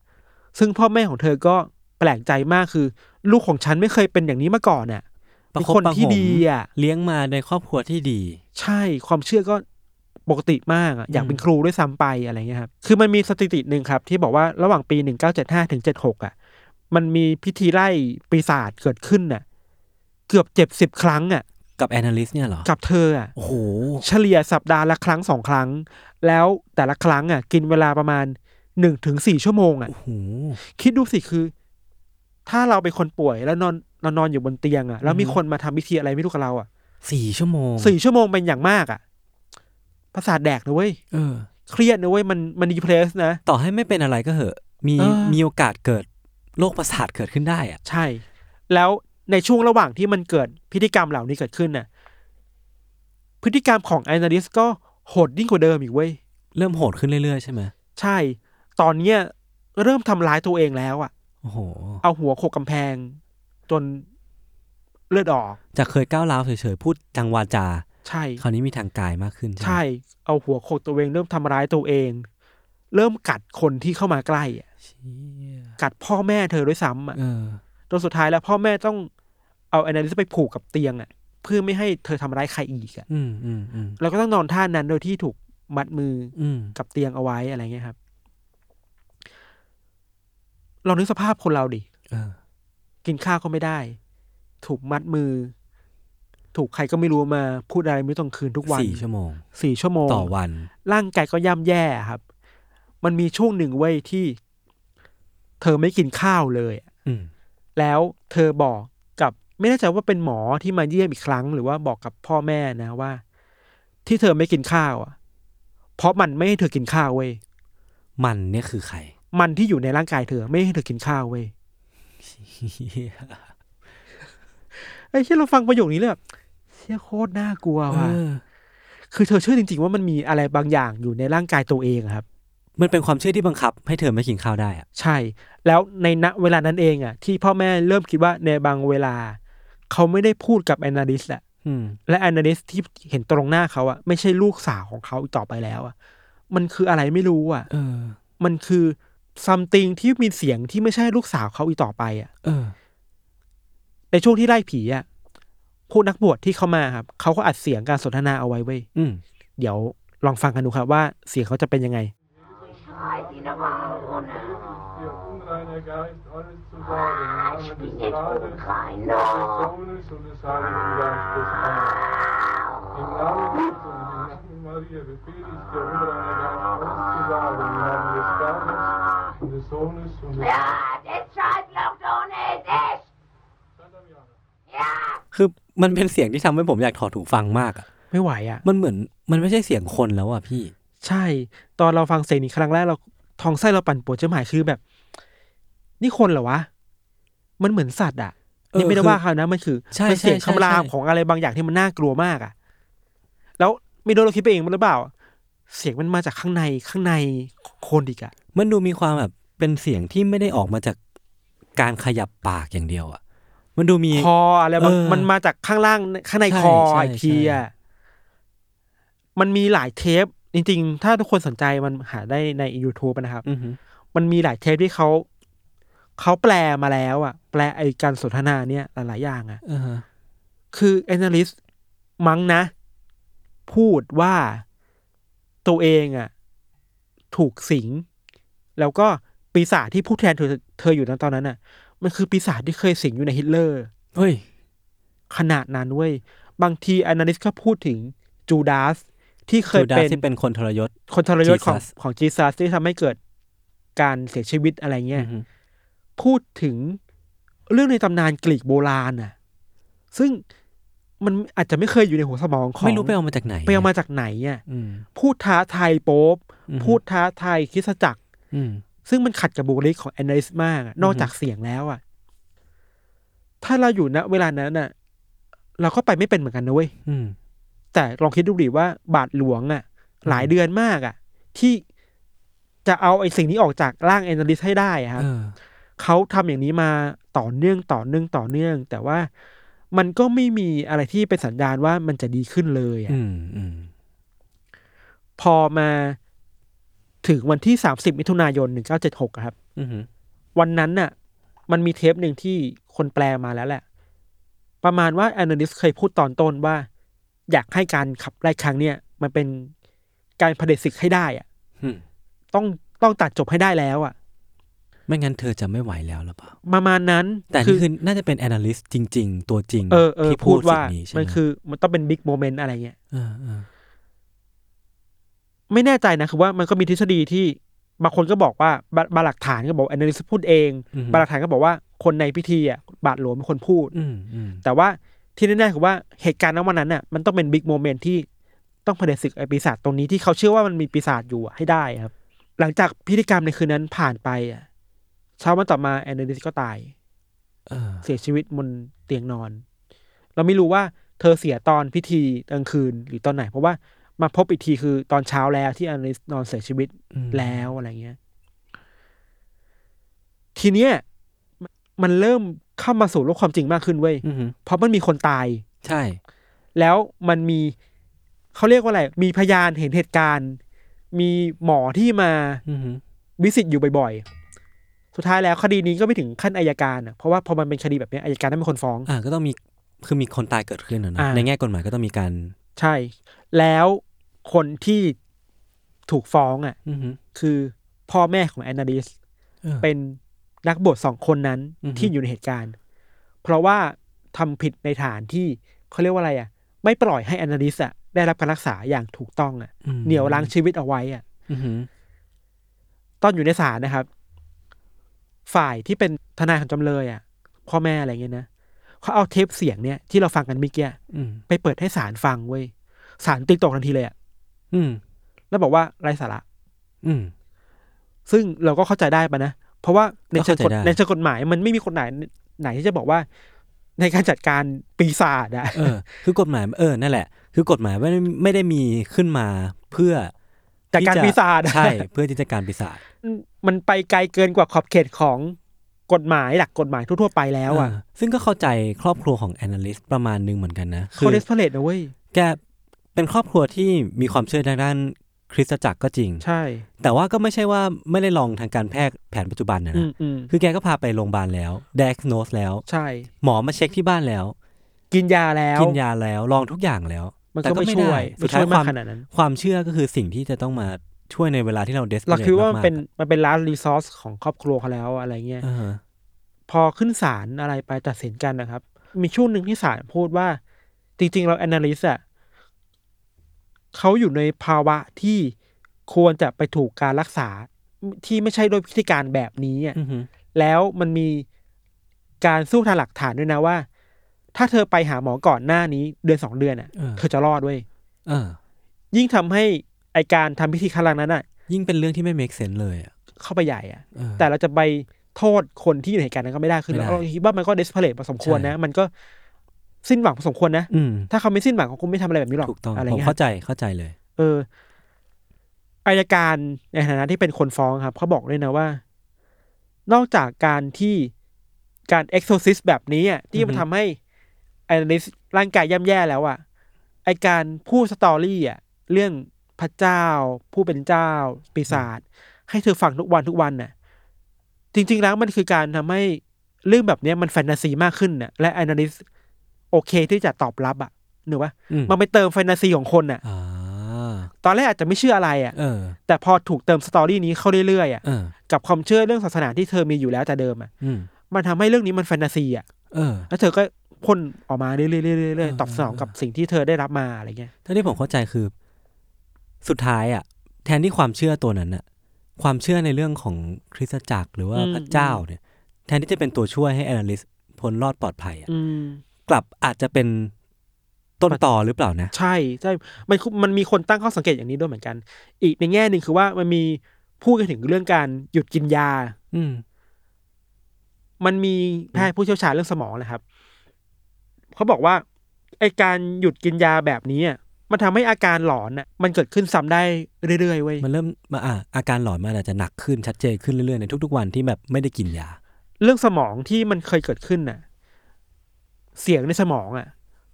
C: ซึ่งพ่อแม่ของเธอก็แปลกใจมากคือ ลูกของฉันไม่เคยเป็นอย่างนี้มาก่อนอ่ะ
B: ประ
C: เป็น
B: คบ
C: คน
B: ประห
C: ที่
B: งม
C: ดีอ่ะ
B: เลี้ยงมาในครอบครัวที่ดี
C: ใช่ความเชื่อก็ปกติมากอ่ะอยากเป็นครูด้วยซ้ำไปอะไรเงี้ยครับ คือมันมีสถิติหนึ่งครับ ที่บอกว่าระหว่างปี 1975 ถึง 76 อ่ะ มันมีพิธีไล่ปีศาจเกิดขึ้นน่ะ เกือบเจ็ดสิบ70 ครั้งอ่ะ
B: กับแอน a ลิสเนี่ยเหรอ
C: กับเธออ่ะ
B: โอ้โห
C: เฉลี่ยสัปดาห์ละครั้งสองครั้ง แล้วแต่ละครั้งอ่ะ กินเวลาประมาณหนึ่งถึงสี่ชั่วโมงอ่ะ
B: โอ้โห
C: คิดดูสิคือ ถ้าเราเป็นคนป่วยแล้วนอนเรานอนอยู่บนเตียงอ่ะแล้วมี
B: อือฮึ
C: คนมาทำพิธีอะไรไม่รู้กับเราอ่ะ
B: สี่ชั่วโมง
C: สี่ชั่วโมงเป็นอย่างมากอ่ะ ประสาทแดกนะเว้ย
B: เออ
C: เครียดนะเว้ย มันมันดีเพรสนะ
B: ต่อให้ไม่เป็นอะไรก็เหอะ มี
C: เออ
B: มีโอกาสเกิดโรคประสาทเกิดขึ้นได้อะ
C: ใช่ แล้วในช่วงระหว่างที่มันเกิดพฤติกรรมเหล่านี้เกิดขึ้นน่ะ พฤติกรรมของไอนาลิสก็โหดยิ่งกว่าเดิมอีกเว้ย
B: เริ่มโหดขึ้นเรื่อยๆใช่ไหม
C: ใช่ ตอนเนี้ยเริ่มทำร้ายตัวเองแล้วอ่ะ
B: โอ้โห
C: เอาหัวโขกกำแพง จนเลือดออก
B: จากเคยก้าวร้าวเฉยๆพูดทางวาจา
C: ใช่
B: คราวนี้มีทางกายมากขึ้นใช่ไหม
C: ใช่ เอาหัวโขกตัวเอง เริ่มทำร้ายตัวเอง เริ่มกัดคนที่เข้ามาใกล้อะ
B: เชี่ย
C: กัดพ่อแม่เธอด้วยซ้ำอ่ะ
B: เออ
C: จนสุดท้ายแล้วพ่อแม่ต้องเอาแอนนาลิสไปผูกกับเตียงอ่ะ เพื่อไม่ให้เธอทำร้ายใครอีกอ่ะ
B: อืมอืมอืม
C: แล้วก็ต้องนอนท่านั้นโดยที่ถูกมัดมือ
B: อืม
C: กับเตียงเอาไว้อะไรเงี้ยครับลองนึกสภาพคนเราดิ
B: เออ
C: กินข้าวก็ไม่ได้ ถูกมัดมือ ถูกใครก็ไม่รู้มาพูดอะไรไม่รู้ตรงคืนทุกวัน
B: สี่ชั่วโมง
C: สี่ชั่วโมง
B: ต่อวัน
C: ร่างกายก็ย่ำแย่ครับ มันมีช่วงหนึ่งเว้ยที่ เธอไม่กินข้าวเลยอะ
B: อืม
C: แล้วเธอบอกกับไม่แน่ใจว่าเป็นหมอที่มาเยี่ยมอีกครั้ง หรือว่าบอกกับพ่อแม่นะว่า ที่เธอไม่กินข้าวอ่ะ เพราะมันไม่ให้เธอกินข้าวเว้ย
B: มันเนี่ยคือใคร
C: มันที่อยู่ในร่างกายเธอไม่ให้เธอกินข้าวเว้ย
B: เหี้ย
C: ไอ้ที่เราฟังประโยคนี้เลยแบบเชี่ยโคตรน่ากลัว
B: เอ
C: ว่ะ
B: อ
C: คือเธอเชื่อจริง ๆ ว่ามันมีอะไรบางอย่างอยู่ในร่างกายตัวเองอะครับ
B: มันเป็นความเชื่อที่บังคับ ให้เธอไม่กินข้าวได้อะ
C: ใช่ แล้วในณเวลานั้นเองอ่ะ ที่พ่อแม่เริ่มคิดว่าในบางเวลา เขาไม่ได้พูดกับแอนนาลิสแหละ
B: อืม
C: และแอนนาลิสที่เห็นตรงหน้าเขาอะไม่ใช่ลูกสาวของเขาอีกต่อไปแล้วอะมันคืออะไรไม่รู้อะ
B: เออ
C: มันคือซัมติงที่มีเสียงที่ไม่ใช่ลูกสาวเขาอีกต่อไปอะ
B: เออ
C: ในช่วงที่ไล่ผีอะผู้นักบวชที่เขามาครับเขาก็อัดเสียงการสนทนาเอาไว้เว้ย
B: อืม
C: เดี๋ยวลองฟังกันดูครับว่าเสียงเขาจะเป็นยังไง
D: Unreiner Geist, alles zu sagen. Ich bin nicht Unreiner. Sohnes und des Heiligen Geistes. Amen. Im Namen Jesu und im Namen Maria befehle ich dir, unreiner Geist, alles zu sagen. Im Namen des Vaters und des Sohnes und des
E: Ja, das scheiß läuft ohne dich! Ja!
B: คือมันเป็นเสียงที่ทำให้ผมอยากถอดหูฟังมากอะ
C: ไม่ไหวอะ
B: มันเหมือนมันไม่ใช่เสียงคนแล้วอ่ะพี่
C: ใช่ ตอนเราฟังเสียงนี้ครั้งแรกเราทองไส้เราปั่นปวดจะหมายคือแบบ นี่คนเหรอวะมันเหมือนสัตว์อะนี่ไม่ได้ว่าเขานะมันคือ
B: ใช่
C: มัน
B: ใช่
C: เสียง
B: ใช่
C: คำราม
B: ใช่
C: ของอะไรบางอย่างที่มันน่ากลัวมากอ่ะ แล้วไม่รู้เราคิดไปเองมันหรือเปล่า เสียงมันมาจากข้างในข้างในคนอีกอ่ะ
B: มันดูมีความแบบเป็นเสียงที่ไม่ได้ออกมาจากการขยับปากอย่างเดียวอ่ะ มันดูมี
C: คออะไรบาง
B: เออ
C: มันมาจากข้างล่างข้างใน
B: ใช่
C: คอ
B: ใช่
C: อีกที
B: ใช่
C: อ่ะ มันมีหลายเทป จริง ๆ ถ้าทุกคนสนใจมันหาได้ใน YouTube นะครับ
B: อือหือ
C: มันมีหลายเทปที่เขาเขาแปลมาแล้วอ่ะ แปลไอ้การสนทนาเนี่ยหลายๆอย่างอ่ะ
B: อ่าฮะ
C: คือ analyst มั้งนะ พูดว่าตัวเองอ่ะ ถูกสิง แล้วก็ปีศาจที่พูดแทนเธอเธออยู่ในตอนนั้นน่ะ มันคือปีศาจที่เคยสิงอยู่ในฮิตเลอร์
B: เฮ้ย
C: ขนาดนั้นเว้ย บางที analyst ก็พูดถึงจูดาสที่เคย
B: จูดาส
C: เป็น
B: ที่เป็นคนทรยศ
C: คนทรยศของ
B: Jesus
C: ของจีซัสที่ทำให้เกิดการเสียชีวิตอะไรเงี้ย
B: อือหือ
C: พูดถึงเรื่องในตำนานกรีกโบราณน่ะ ซึ่งมันอาจจะไม่เคยอยู่ในหัวสมองของ
B: ไม่รู้ไปเอามาจากไหน
C: ไปเอามาจากไหนอ่ะ
B: อืม
C: พูดท้าทายโป๊ป
B: อือหือ
C: พูดท้าทายคริสตจักร
B: อืม
C: ซึ่งมันขัดกับบุคลิกของแอนนิสมากอะนอก
B: อือฮึ
C: จากเสียงแล้วอ่ะ ถ้าเราอยู่ณเวลานั้นน่ะ เราก็ไปไม่เป็นเหมือนกันนะเว้ย
B: อืม
C: แต่ลองคิดดูดิว่าบาทหลวงอ่ะ หลายเดือนมากอ่ะ ที่จะเอาไอ้สิ่งนี้ออกจากร่างแอนนิสให้ได้อะครับ
B: เออ
C: เขาทำอย่างนี้มาต่อเนื่องต่อเนื่องต่อเนื่อง แต่ว่ามันก็ไม่มีอะไรที่เป็นสัญญาณว่ามันจะดีขึ้นเลยอะ
B: อืมอืม
C: พอมาถึงวันที่ 30 มิถุนายน 1976อะครับ
B: อือหือ
C: วันนั้นน่ะ มันมีเทปหนึ่งที่คนแปลมาแล้วแหละ ประมาณว่าแอนนิสเคยพูดตอนต้นว่า อยากให้การขับไล่ครั้งเนี่ย มันเป็นการเผด็จศึกให้ได้อะ
B: อืม
C: ต้องต้องตัดจบให้ได้แล้วอะ
B: ไม่งั้นเธอจะไม่ไหวแล้วหรือเปล่า
C: ประมาณนั้น
B: แต่นี่คือน่าจะเป็น analyst จริง ๆ ตัวจริง
C: เออเออ
B: ที่
C: พูดว่า
B: สิ่งนี้ใช่ไหม
C: มันคือมันต้องเป็นบิ๊กโมเมนต์อะไรเงี้ย
B: เออเออ
C: ไม่แน่ใจนะคือว่ามันก็มีทฤษฎีที่บางคนก็บอกว่าบาบางหลักฐานก็บอกแอนนิสพูดเอง
B: อืม
C: บางหลักฐานก็บอกว่าคนในพิธีอ่ะบาทหลวงเป็นคนพูด
B: อืมอืม
C: แต่ว่าที่แน่ๆคือว่าเหตุการณ์ณวันนั้นน่ะมันต้องเป็นบิ๊กโมเมนต์ที่ ต้องเผด็จศึกไอปีศาจตรงนี้ที่เขาเชื่อว่ามันมีปีศาจอยู่อะให้ได้ครับ หลังจากพิธีกรรมในคืนนั้นผ่านไปอ่ะเช้าวันต่อมาแอนเดริสก็ตาย
B: เออ
C: เสียชีวิตบนเตียงนอน เราไม่รู้ว่าเธอเสียตอนพิธีกลางคืนหรือตอนไหน เพราะว่ามาพบอีกทีคือตอนเช้าแล้วที่อันลิสนอนเสียชีวิต
B: อืม
C: แล้วอะไรเงี้ย ทีเนี้ยมมันเริ่มเข้ามาสู่โลกความจริงมากขึ้นเว้ย
B: อือหือ
C: เพราะมันมีคนตาย
B: ใช่
C: แล้วมันมีเขาเรียกว่าอะไร มีพยานเห็นเหตุการณ์ มีหมอที่มา
B: อือหือ
C: วิสิตอยู่บ่อยๆ สุดท้ายแล้วคดีนี้ก็ไม่ถึงขั้นอายการอะเพราะว่าพอมันเป็นคดีแบบเนี้ยอายการต้องเป็นคนฟ้อง
B: อ่าก็ต้องมีคือมีคนตายเกิดขึ้นอะนะ
C: อ่า
B: ในแง่กฎหมายก็ต้องมีการ
C: ใช่ แล้วคนที่ถูกฟ้องอ่ะ
B: อือหือ
C: คือพ่อแม่ของแอนนาลิส
B: เออ
C: เป็นนักบวชสองคนนั้น
B: อือฮึ
C: ที่อยู่ในเหตุการณ์ เพราะว่าทำผิดในฐานที่เขาเรียกว่าอะไรอ่ะ ไม่ปล่อยให้แอนนาลิสอ่ะได้รับการรักษาอย่างถูกต้องอ่ะ
B: อืม
C: เหนี่ยวล้างชีวิตเอาไว้อ่ะ
B: อือหือ
C: ตอนอยู่ในศาลนะครับ ฝ่ายที่เป็นทนายของจำเลยอ่ะ พ่อแม่อะไรเงี้ยนะเขาเอาเทปเสียงเนี่ยที่เราฟังกันเมื่อกี้
B: อืม
C: ไปเปิดให้ศาลฟังเว้ยศาลติ๊กตอกทันทีเลยอ่ะ
B: อืม
C: แล้วบอกว่าไร้สาระ
B: อืม
C: ซึ่งเราก็เข้าใจได้ปะนะ เพราะว่าในเชิงก
B: ก็เข้า
C: ฎ
B: ใจได้
C: ในเชิงกฎหมายมันไม่มีกฎหมายไหนที่จะบอกว่า ในการจัดการปีศาจอะ
B: เออ คือกฎหมายเออนั่นแหละ คือกฎหมายไม่ได้ไม่ได้มีขึ้นมาเพื่อ
C: จัดการ
B: ที่จะ
C: ปีศาจอะ
B: ใช่เพื่อที่จะการปีศาจ
C: มันไปไกลเกินกว่าขอบเขตของกฎหมายหลักกฎหมายทั่วๆไป แล้วอ่ะ
B: เออซึ่งก็เข้าใจครอบครัวของแอนนัลิสประมาณนึงเหมือนกันนะ
C: โค
B: คือ
C: เดสเพลตนะเว้ย
B: แกเป็นครอบครัวที่มีความเชื่อทางด้านคริสตจักรก็จริง
C: ใช่
B: แต่ว่าก็ไม่ใช่ว่าไม่ได้ลองทางการแพทย์แผนปัจจุบันนะ
C: อื
B: นะ
C: มอืม
B: คือแกก็พาไปโรงพยาบาลแล้ว diagnose แล้ว
C: ใช่
B: หมอมาเช็คที่บ้านแล้ว
C: กินยาแล้ว
B: กินยาแล้วลองทุกอย่างแล้ว
C: มัน
B: แต่
C: ก็ไม่ช่วย
B: ด้
C: ไม่
B: สุด
C: ช่
B: ท้า
C: วย ยมาว
B: คาก ม
C: ขนาดนั้น
B: ความเชื่อก็คือสิ่งที่จะต้องมาช่วยในเวลาที่เราเดส
C: เราคิดว่ามัน
B: กๆ
C: เป็นมันเป็นลาสรีซอสของครอบครัวเขาแล้วอะไรเงี้ย
B: อ่าฮะ
C: พอขึ้นศาลอะไรไปตัดสินกันนะครับ มีช่วงหนึ่งที่ศาลพูดว่า จริงๆ เราแอนนาลิสอะเขาอยู่ในภาวะที่ควรจะไปถูกการรักษาที่ไม่ใช่ด้วยพิธีการแบบนี้อะ
B: อือฮึ
C: แล้วมันมีการสู้ทางหลักฐานด้วยนะว่า ถ้าเธอไปหาหมอก่อนหน้านี้เดือนสองเดือนอะ
B: เออ
C: เธอจะรอดเว้ย
B: เออ
C: ยิ่งทำให้ไอการทำพิธีครั้งนั้นอะ
B: ยิ่งเป็นเรื่องที่ไม่ make sense เลยอะ
C: เข้าไปใหญ่อะ
B: เออ
C: แต่เราจะไปโทษคนที่อยู่ในเหตุการณ์นั้นก็ไม่ได้ คือ
B: ไม่ได้
C: เราคิดว่ามันก็เดสเพลตพอสมควรนะ
B: ใช่
C: มันก็สิ้นหวังพอสมควรนะ
B: อืม
C: ถ้าเขาไม่สิ้นหวังเขาคงไม่ทำอะไรแบบนี้หรอก
B: ถูกต้อง
C: อะไร
B: ผม
C: เงี้ย
B: เข้าใจเข้าใจเลย
C: เอออายการในฐานะที่เป็นคนฟ้องครับ เขาบอกเลยนะว่า นอกจากการที่การเอ็กโซซิสแบบนี้อะที่มั
B: อือ
C: น
B: ฮึ
C: ทำให้ไอริสร่างกายย่ำแย่แล้วอ่ะไอการพูดสตอรี่อ่ะเรื่องพระเจ้า ผู้เป็นเจ้า ปีศาจให้เธอฟังทุกวันทุกวันน่ะ จริง ๆ แล้วมันคือการทำให้เรื่องแบบเนี้ยมันแฟนตาซีมากขึ้นน่ะและแอนาลิสโอเคที่จะตอบรับอ่ะหนูว่า
B: อืม
C: มันไปเติมแฟนตาซีของคนน่ะ
B: อ่า
C: ตอนแรกอาจจะไม่เชื่ออะไรอ่ะ
B: เออ
C: แต่พอถูกเติมสตอรี่นี้เข้าเรื่อยๆอ่ะ
B: เออ
C: กับความเชื่อเรื่องศาสนาที่เธอมีอยู่แล้วแต่เดิมอ่ะ
B: อืม
C: มันทำให้เรื่องนี้มันแฟนตาซีอ่ะ
B: เออ
C: แล้วเธอก็พ่นออกมาเรื่อยๆเรื่อยๆเรื่อย
B: เออ
C: ๆตอบสนองกับสิ่งที่เธอได้รับมาอะไรเงี้ย
B: ถ้าที่ผมเข้าใจคือ สุดท้ายอ่ะ แทนที่ความเชื่อตัวนั้นอ่ะ ความเชื่อในเรื่องของคริสตจักรหรือว่าพระเจ้าเนี่ย แทนที่จะเป็นตัวช่วยให้แอนลิสพ้นรอดปลอดภัยอ่ะ
C: อืม
B: กลับอาจจะเป็นต้นต่อหรือเปล่านะ
C: ใช่ใช่ มันคือมันมีคนตั้งข้อสังเกตอย่างนี้ด้วยเหมือนกัน อีกในแง่หนึ่งคือว่ามันมีพูดกันถึงเรื่องการหยุดกินยา
B: อืม
C: มันมีแพทย์ผู้เชี่ยวชาญเรื่องสมองนะครับ เขาบอกว่าไอการหยุดกินยาแบบนี้อะมันทำให้อาการหลอนน่ะมันเกิดขึ้นซ้ำได้เรื่อยๆเว้ย
B: มันเริ่มมาอ่ะอาการหลอนมันอาจจะหนักขึ้นชัดเจนขึ้นเรื่อยๆ ในทุกๆวันที่แบบไม่ได้กินยา
C: เรื่องสมองที่มันเคยเกิดขึ้นน่ะ เสียงในสมองอ่ะ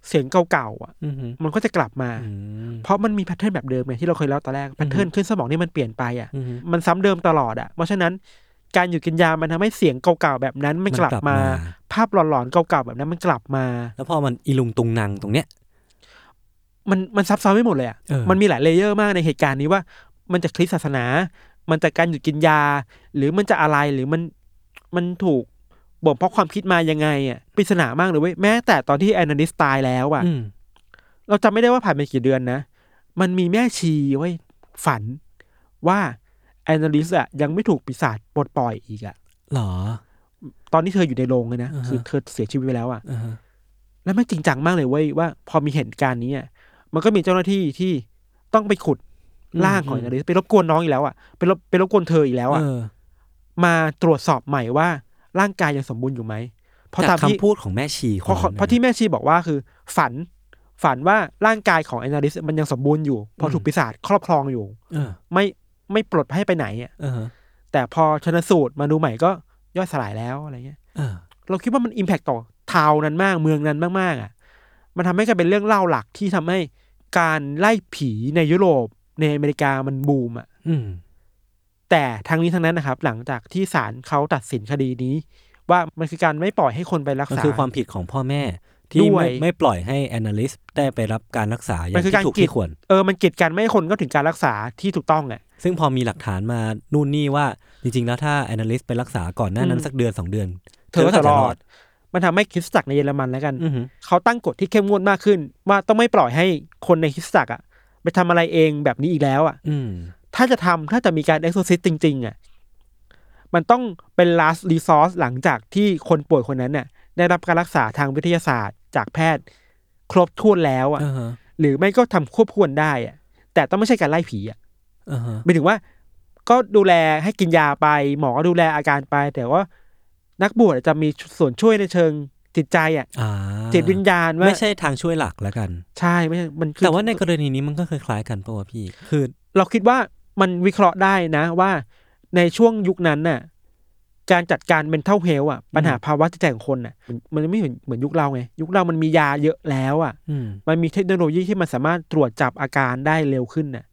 C: เสียงเก่าๆอ่ะ
B: อืม
C: มันก็จะกลับมา
B: อืม
C: เพราะมันมีแพทเทิร์นแบบเดิมไงที่เราเคยเล่าตอนแรกแพทเทิร์นขึ้นสมองนี่มันเปลี่ยนไปอ่ะ
B: อือฮึ
C: มันซ้ำเดิมตลอดอ่ะ เพราะฉะนั้นการหยุดกินยามันทำให้เสียงเก่าๆแบบนั้นมันกลับมา ภาพหลอนๆเก่าๆแบบนั้นมันกลับมา
B: แล้วพอมันอีลุงตุงนางตรงเนี้ย
C: มันมันซับซ้อนไม่หมดเลยอ่ะ
B: เออ
C: มันมีหลายเลเยอร์มากในเหตุการณ์นี้ว่า มันจะคลิสต์ศาสนา มันจะการหยุดกินยา หรือมันจะอะไรหรือมันมันถูกบ่มเพราะความคิดมายังไงอ่ะปริศนามากเลยเว้ยแม้แต่ตอนที่แอนนาลิสตายแล้วอ่ะ
B: อืม
C: เราจำไม่ได้ว่าผ่านไปกี่เดือนนะ มันมีแม่ชีไว้ยฝันว่าแอนนาลิสอะยังไม่ถูกปีศาจปลดปล่อยอีกอะ
B: หรอ
C: ตอนที่เธออยู่ในโรงเลยนะ
B: อ่าฮะ
C: คือเธอเสียชีวิตไปแล้วอะ
B: อ่าฮะ
C: แล้วไม่งจริงจังมากเลยเว้ยว่า พอมีเหตุการณ์นี้อะมันก็มีเจ้าหน้าที่ที่ ต้องไปขุดร่างของอินาริสไปรบกวนน้องอีกแล้วอ่ะไปรบไปรบกวนเธออีกแล้วอ่ะ
B: เออ
C: มาตรวจสอบใหม่ว่าร่างกายยังสมบูรณ์อยู่ไหมเพราะ
B: จา
C: ตาม
B: ก
C: ที่
B: คำพูดของแม่ชีค
C: เพ
B: น
C: ราะ
B: นั้น
C: เพราะที่แม่ชีบอกว่าคือ ฝันฝันว่าร่างกายของแอนาลิสมันยังสมบูรณ์อยู่เพราะถูกปีศาจครอบครองอยู่
B: เออ
C: ไม่ไม่ปลดให้ไปไหนอ่ะ
B: เออ
C: แต่พอชนสูตรมาดูใหม่ก็ย่อยสลายแล้วอะไรเงี้ย
B: เออ
C: เราคิดว่ามันอิมแพคต่อทาวน์นั้นมากเมืองนั้นมากๆอ่ะ มันทำให้กลายเป็นเรื่องเล่าหลักที่ทำให้การไล่ผีในยุโรปในอเมริกามันบูมอ่ะ
B: อืม
C: แต่ทั้งนี้ทั้งนั้นนะครับ หลังจากที่ศาลเขาตัดสินคดีนี้ ว่ามันคือการไม่ปล่อยให้คนไปรัก
B: มัน
C: ษา
B: คือความผิดของพ่อแม่ ที่
C: ด้วย
B: ไม่ไม่ปล่อยให้แอนาลิสได้ไปรับการรักษาอย่า
C: มั
B: ง
C: นคือ
B: ที่ถูก
C: การกีด
B: ที่ควร
C: เออมันกีดกันไม่ให้คนก็ถึงการรักษาที่ถูกต้องอ่ะ
B: ซึ่งพอมีหลักฐานมานู่นนี่ว่าจริง ๆ แล้วถ้าแอนาลิสไปรักษาก่อนหน้านั้น
C: อืม
B: สักเดือนสองเดือน
C: เธอก็จะรอด
B: เธ
C: มันทำให้คริสตจักรในเยอรมันแล้วกัน
B: อือหือ
C: เขาตั้งกฎที่เข้มงวดมากขึ้น ว่าต้องไม่ปล่อยให้คนในคริสตจักรอ่ะไปทำอะไรเองแบบนี้อีกแล้วอ่ะ
B: อืม
C: ถ้าจะทำถ้าจะมีการเอ็กซ์โซซิสจริง ๆอ่ะมันต้องเป็น last resource หลังจากที่คนป่วยคนนั้นน่ะได้รับการรักษาทางวิทยาศาสตร์จากแพทย์ ครบถ้วนแล้วอ่ะ
B: อ่าฮะ
C: หรือไม่ก็ทำควบควรได้อ่ะแต่ต้องไม่ใช่การไล่ผีอ่ะ
B: อ่าฮะ
C: หมายถึงว่า ก็ดูแลให้กินยาไป หมอก็ดูแลอาการไป แต่ว่านักบวชจะมีส่วนช่วยในเชิงจิตใจอ่ะ
B: อ่า
C: จิตวิญญาณว่า
B: ไม่ใช่ทางช่วยหลักแล้วกัน
C: ใช่ไม่ใช่มันคือ
B: แต่ว่าในกรณีนี้มันก็คล้ายๆกันปะวะพี่ คือ
C: เราคิดว่ามันวิเคราะห์ได้นะว่าในช่วงยุคนั้นน่ะ การจัดการ mental health อ่ะปัญหาภาวะจิตใจของคนน่ะมันมันไม่เหมือนเหมือนยุคเราไง ยุคเรามันมียาเยอะแล้วอ่ะ
B: อืม
C: มันมีเทคโนโลยีที่มันสามารถตรวจจับอาการได้เร็วขึ้นน่ะ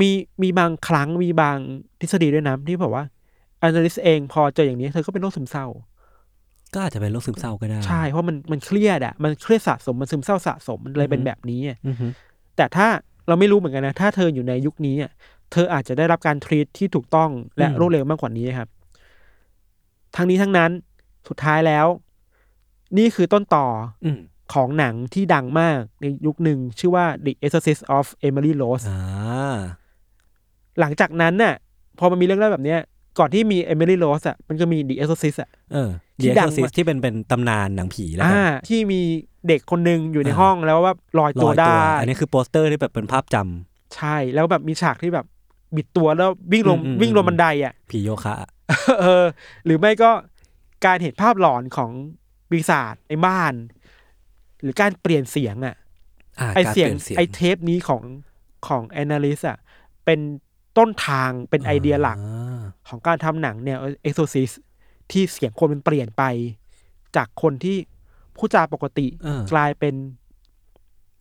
C: มีมีบางครั้งมีบางทฤษฎีด้วยนะที่บอกว่าอนาลิสเองพอเจออย่างนี้ เธอก็เป็นโรคซึมเศร้า
B: ก็อาจจะเป็นโรคซึมเศร้าก็ได้
C: ใช่เพราะมันมันเครียดอ่ะมันเครียดสะสมมันซึมเศร้าสะสมมันเลยเป็น
B: อือฮึ
C: แบบนี้อะ
B: อือฮึ
C: แต่ถ้าเราไม่รู้เหมือนกันนะ ถ้าเธออยู่ในยุคนี้อะเธออาจจะได้รับการทรีตที่ถูกต้องและรวดเร็วมากกว่านี้ครับ ทั้งนี้ทั้งนั้นสุดท้ายแล้ว นี่คือต้นต่อ
B: อืม
C: ของหนังที่ดังมากในยุคหนึ่ง ชื่อว่า The Exorcist of Emily Rose
B: อ่า
C: หลังจากนั้นน่ะ พอมันมีเรื่องเล่าแบบเนี้ย ก่อนที่มี Emily Rose อ่ะมันก็มี The Exorcist อ่ะ
B: เออ
C: ที่
B: เดีย
C: ดัง
B: ร์ซิส
C: มาก
B: ที่เป็นเป็นตำนานหนังผีแล้ว
C: อ่า
B: กัน
C: ที่มีเด็กคนหนึ่งอยู่ใน
B: อ่า
C: ห้องแล้วว่าลอย
B: ล
C: ตัว
B: อย
C: ได้
B: อันนี้คือโปสเตอร์ที่แบบเป็นภาพจำ
C: ใช่แล้วแบบมีฉากที่แบบบิดตัวแล้ววิ่งลง
B: อืมอืม
C: วิ่งลง
B: อืม
C: บันไดอ่ะ
B: ผีโยคะอะ
C: เออหรือไม่ก็การเห็นภาพหลอนของปีศาจในบ้าน หรือการเปลี่ยนเสียงอ่ะ
B: อ่า
C: ไอ
B: การ
C: เสียง
B: ปลี่น
C: ไอเทปนี้ของของแอนาลิสอ่ะเป็นต้นทางเป็นไอเดียหลัก
B: อ่า
C: ของการทำหนังเนี่ยเอ็กโซซิสที่เสียงคนมันเปลี่ยนไป จากคนที่ผู้จาปกติ
B: เออก
C: ลายเป็น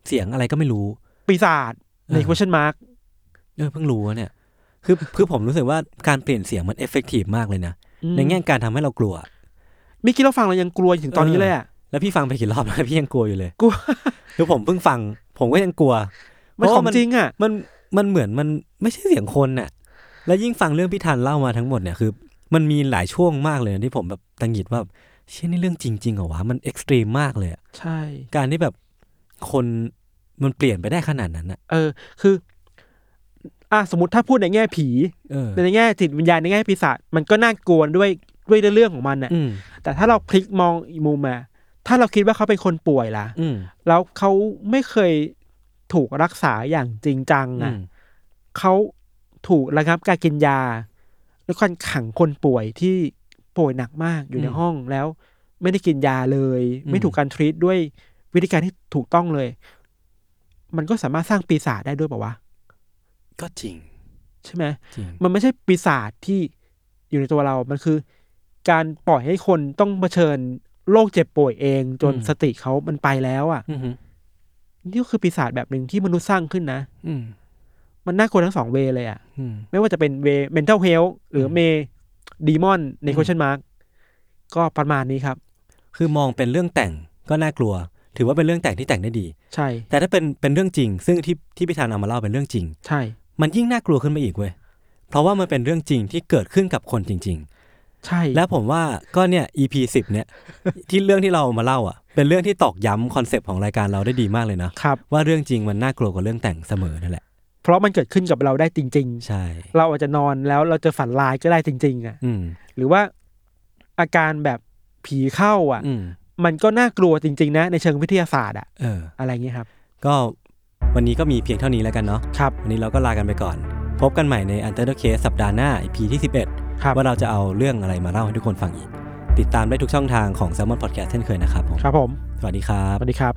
B: เสียงอะไรก็ไม่รู้
C: ปีศาจใน
B: เออ
C: question mark
B: เออเพิ่งรู้อะเนี่ย คือคือผมรู้สึกว่าการเปลี่ยนเสียงมันเอฟเฟกตีฟมากเลยนะ
C: อืม
B: ในแง่การทำให้เรากลัว
C: ไม่คิดเราฟังเรายังกลัวถึงตอนนี้เลยอ่ะ
B: แล้วพี่ฟังไปกี่รอบแล้ว พี่ยังกลัวอยู่เลย
C: กลัว
B: คือผมเพิ่งฟัง ผมก็ยังกลัว
C: มัน
B: เพ
C: ข
B: ราะ
C: อง
B: ว่า
C: จริงอ่ะ
B: มันมันเหมือนมันไม่ใช่เสียงคนน่ะ แล้วยิ่งฟังเรื่องพี่ทันเล่ามาทั้งหมดเนี่ยคือ มันมีหลายช่วงมากเลยนะที่ผมแบบตังหงิดว่าเช่นนี่เรื่องจริงๆเหรอวะมันเอ็กซ์ตรีมมากเลยอะ
C: ใช่
B: การที่แบบคนมันเปลี่ยนไปได้ขนาดนั้นอ่ะ
C: เออคืออ่ะสมมติถ้าพูดในแง่ผี
B: เออ
C: ในแง่จิตวิญญาณในแง่ปีศาจมันก็น่ากลัวด้วยด้วยเรื่องของมันน่ะ
B: อืม
C: แต่ถ้าเราพลิกมองอีกมุมมาถ้าเราคิดว่าเขาเป็นคนป่วยล่ะ
B: อืม
C: แล้วเขาไม่เคยถูกรักษาอย่างจริงจัง
B: อื
C: อ่ะ
B: ม
C: เขาถูกระงับการกินยาด้วยการขังคนป่วยที่ป่วยหนักมากอยู่ใน
B: อืม
C: ห้องแล้ว ไม่ได้กินยาเลย
B: อืม
C: ไม่ถูกการทรีตด้วยวิธีการที่ถูกต้องเลย มันก็สามารถสร้างปีศาจได้ด้วยเปล่าวะ
B: ก็จริง
C: ใช่ไหม
B: จริง
C: มันไม่ใช่ปีศาจที่อยู่ในตัวเรา มันคือ การปล่อยให้คนต้องเผชิญโรคเจ็บป่วยเอง จน
B: อืม
C: สติเขามันไปแล้วอะ่ะ
B: อือฮึ
C: นี่ก็คือปีศาจแบบหนึ่งที่มนุษย์สร้างขึ้นนะ
B: อืม
C: มันน่ากลัวทั้งสองเวเลยอะ่ะ
B: อืม
C: ไม่ว่าจะเป็นเว mental health หรือเมดีมอนใน
B: อืม
C: question mark ก็ประมาณนี้ครับ
B: คือมองเป็นเรื่องแต่งก็น่ากลัว ถือว่าเป็นเรื่องแต่งที่แต่งได้ดี
C: ใช่
B: แต่ถ้าเป็นเป็นเรื่องจริง ซึ่งที่ที่พิธานเอามาเล่าเป็นเรื่องจริง
C: ใช่
B: มันยิ่งน่ากลัวขึ้นมาอีกเว้ยเพราะว่ามันเป็นเรื่องจริงที่เกิดขึ้นกับคนจริง
C: ใช่
B: ๆ และผมว่าก็เนี่ย EP สิบเนี่ย ที่เรื่องที่เราเอามาเล่าอ่ะเป็นเรื่องที่ตอกย้ำคอนเซปต์ของรายการเราได้ดีมากเลยนะครับ ว่าเรื่องจริงมันน่ากลัวกว่าเรื่องแต่งเสมอนั่นแหละ
C: เพราะมันเกิดขึ้นกับเราได้จริง
B: ใช่
C: ๆ เราอาจจะนอนแล้วเราเจะฝันร้ายก็ได้จริง ๆอะ่ะ
B: อืม
C: หรือว่าอาการแบบผีเข้าอ่ะ
B: อืม
C: มันก็น่ากลัวจริง ๆ นะ ในเชิงวิทยาศาสตร์อะ
B: เออ
C: อะไรเงี้ยครับ
B: ก็ วันนี้ก็มีเพียงเท่านี้แล้วกันเนาะ
C: ครับ
B: วันนี้เราก็ลากันไปก่อน พบกันใหม่ใน u n t e r Case สัปดาห์หน้า EP ที่ 11
C: ครับ
B: ว่าเราจะเอาเรื่องอะไรมาเล่าให้ทุกคนฟังอีก ติดตามได้ทุกช่องทางของ s ซ l m o n Podcast เช่นเคยนะครับผม
C: ครับผม
B: สวัสดีครับ
C: สวัสดีครับ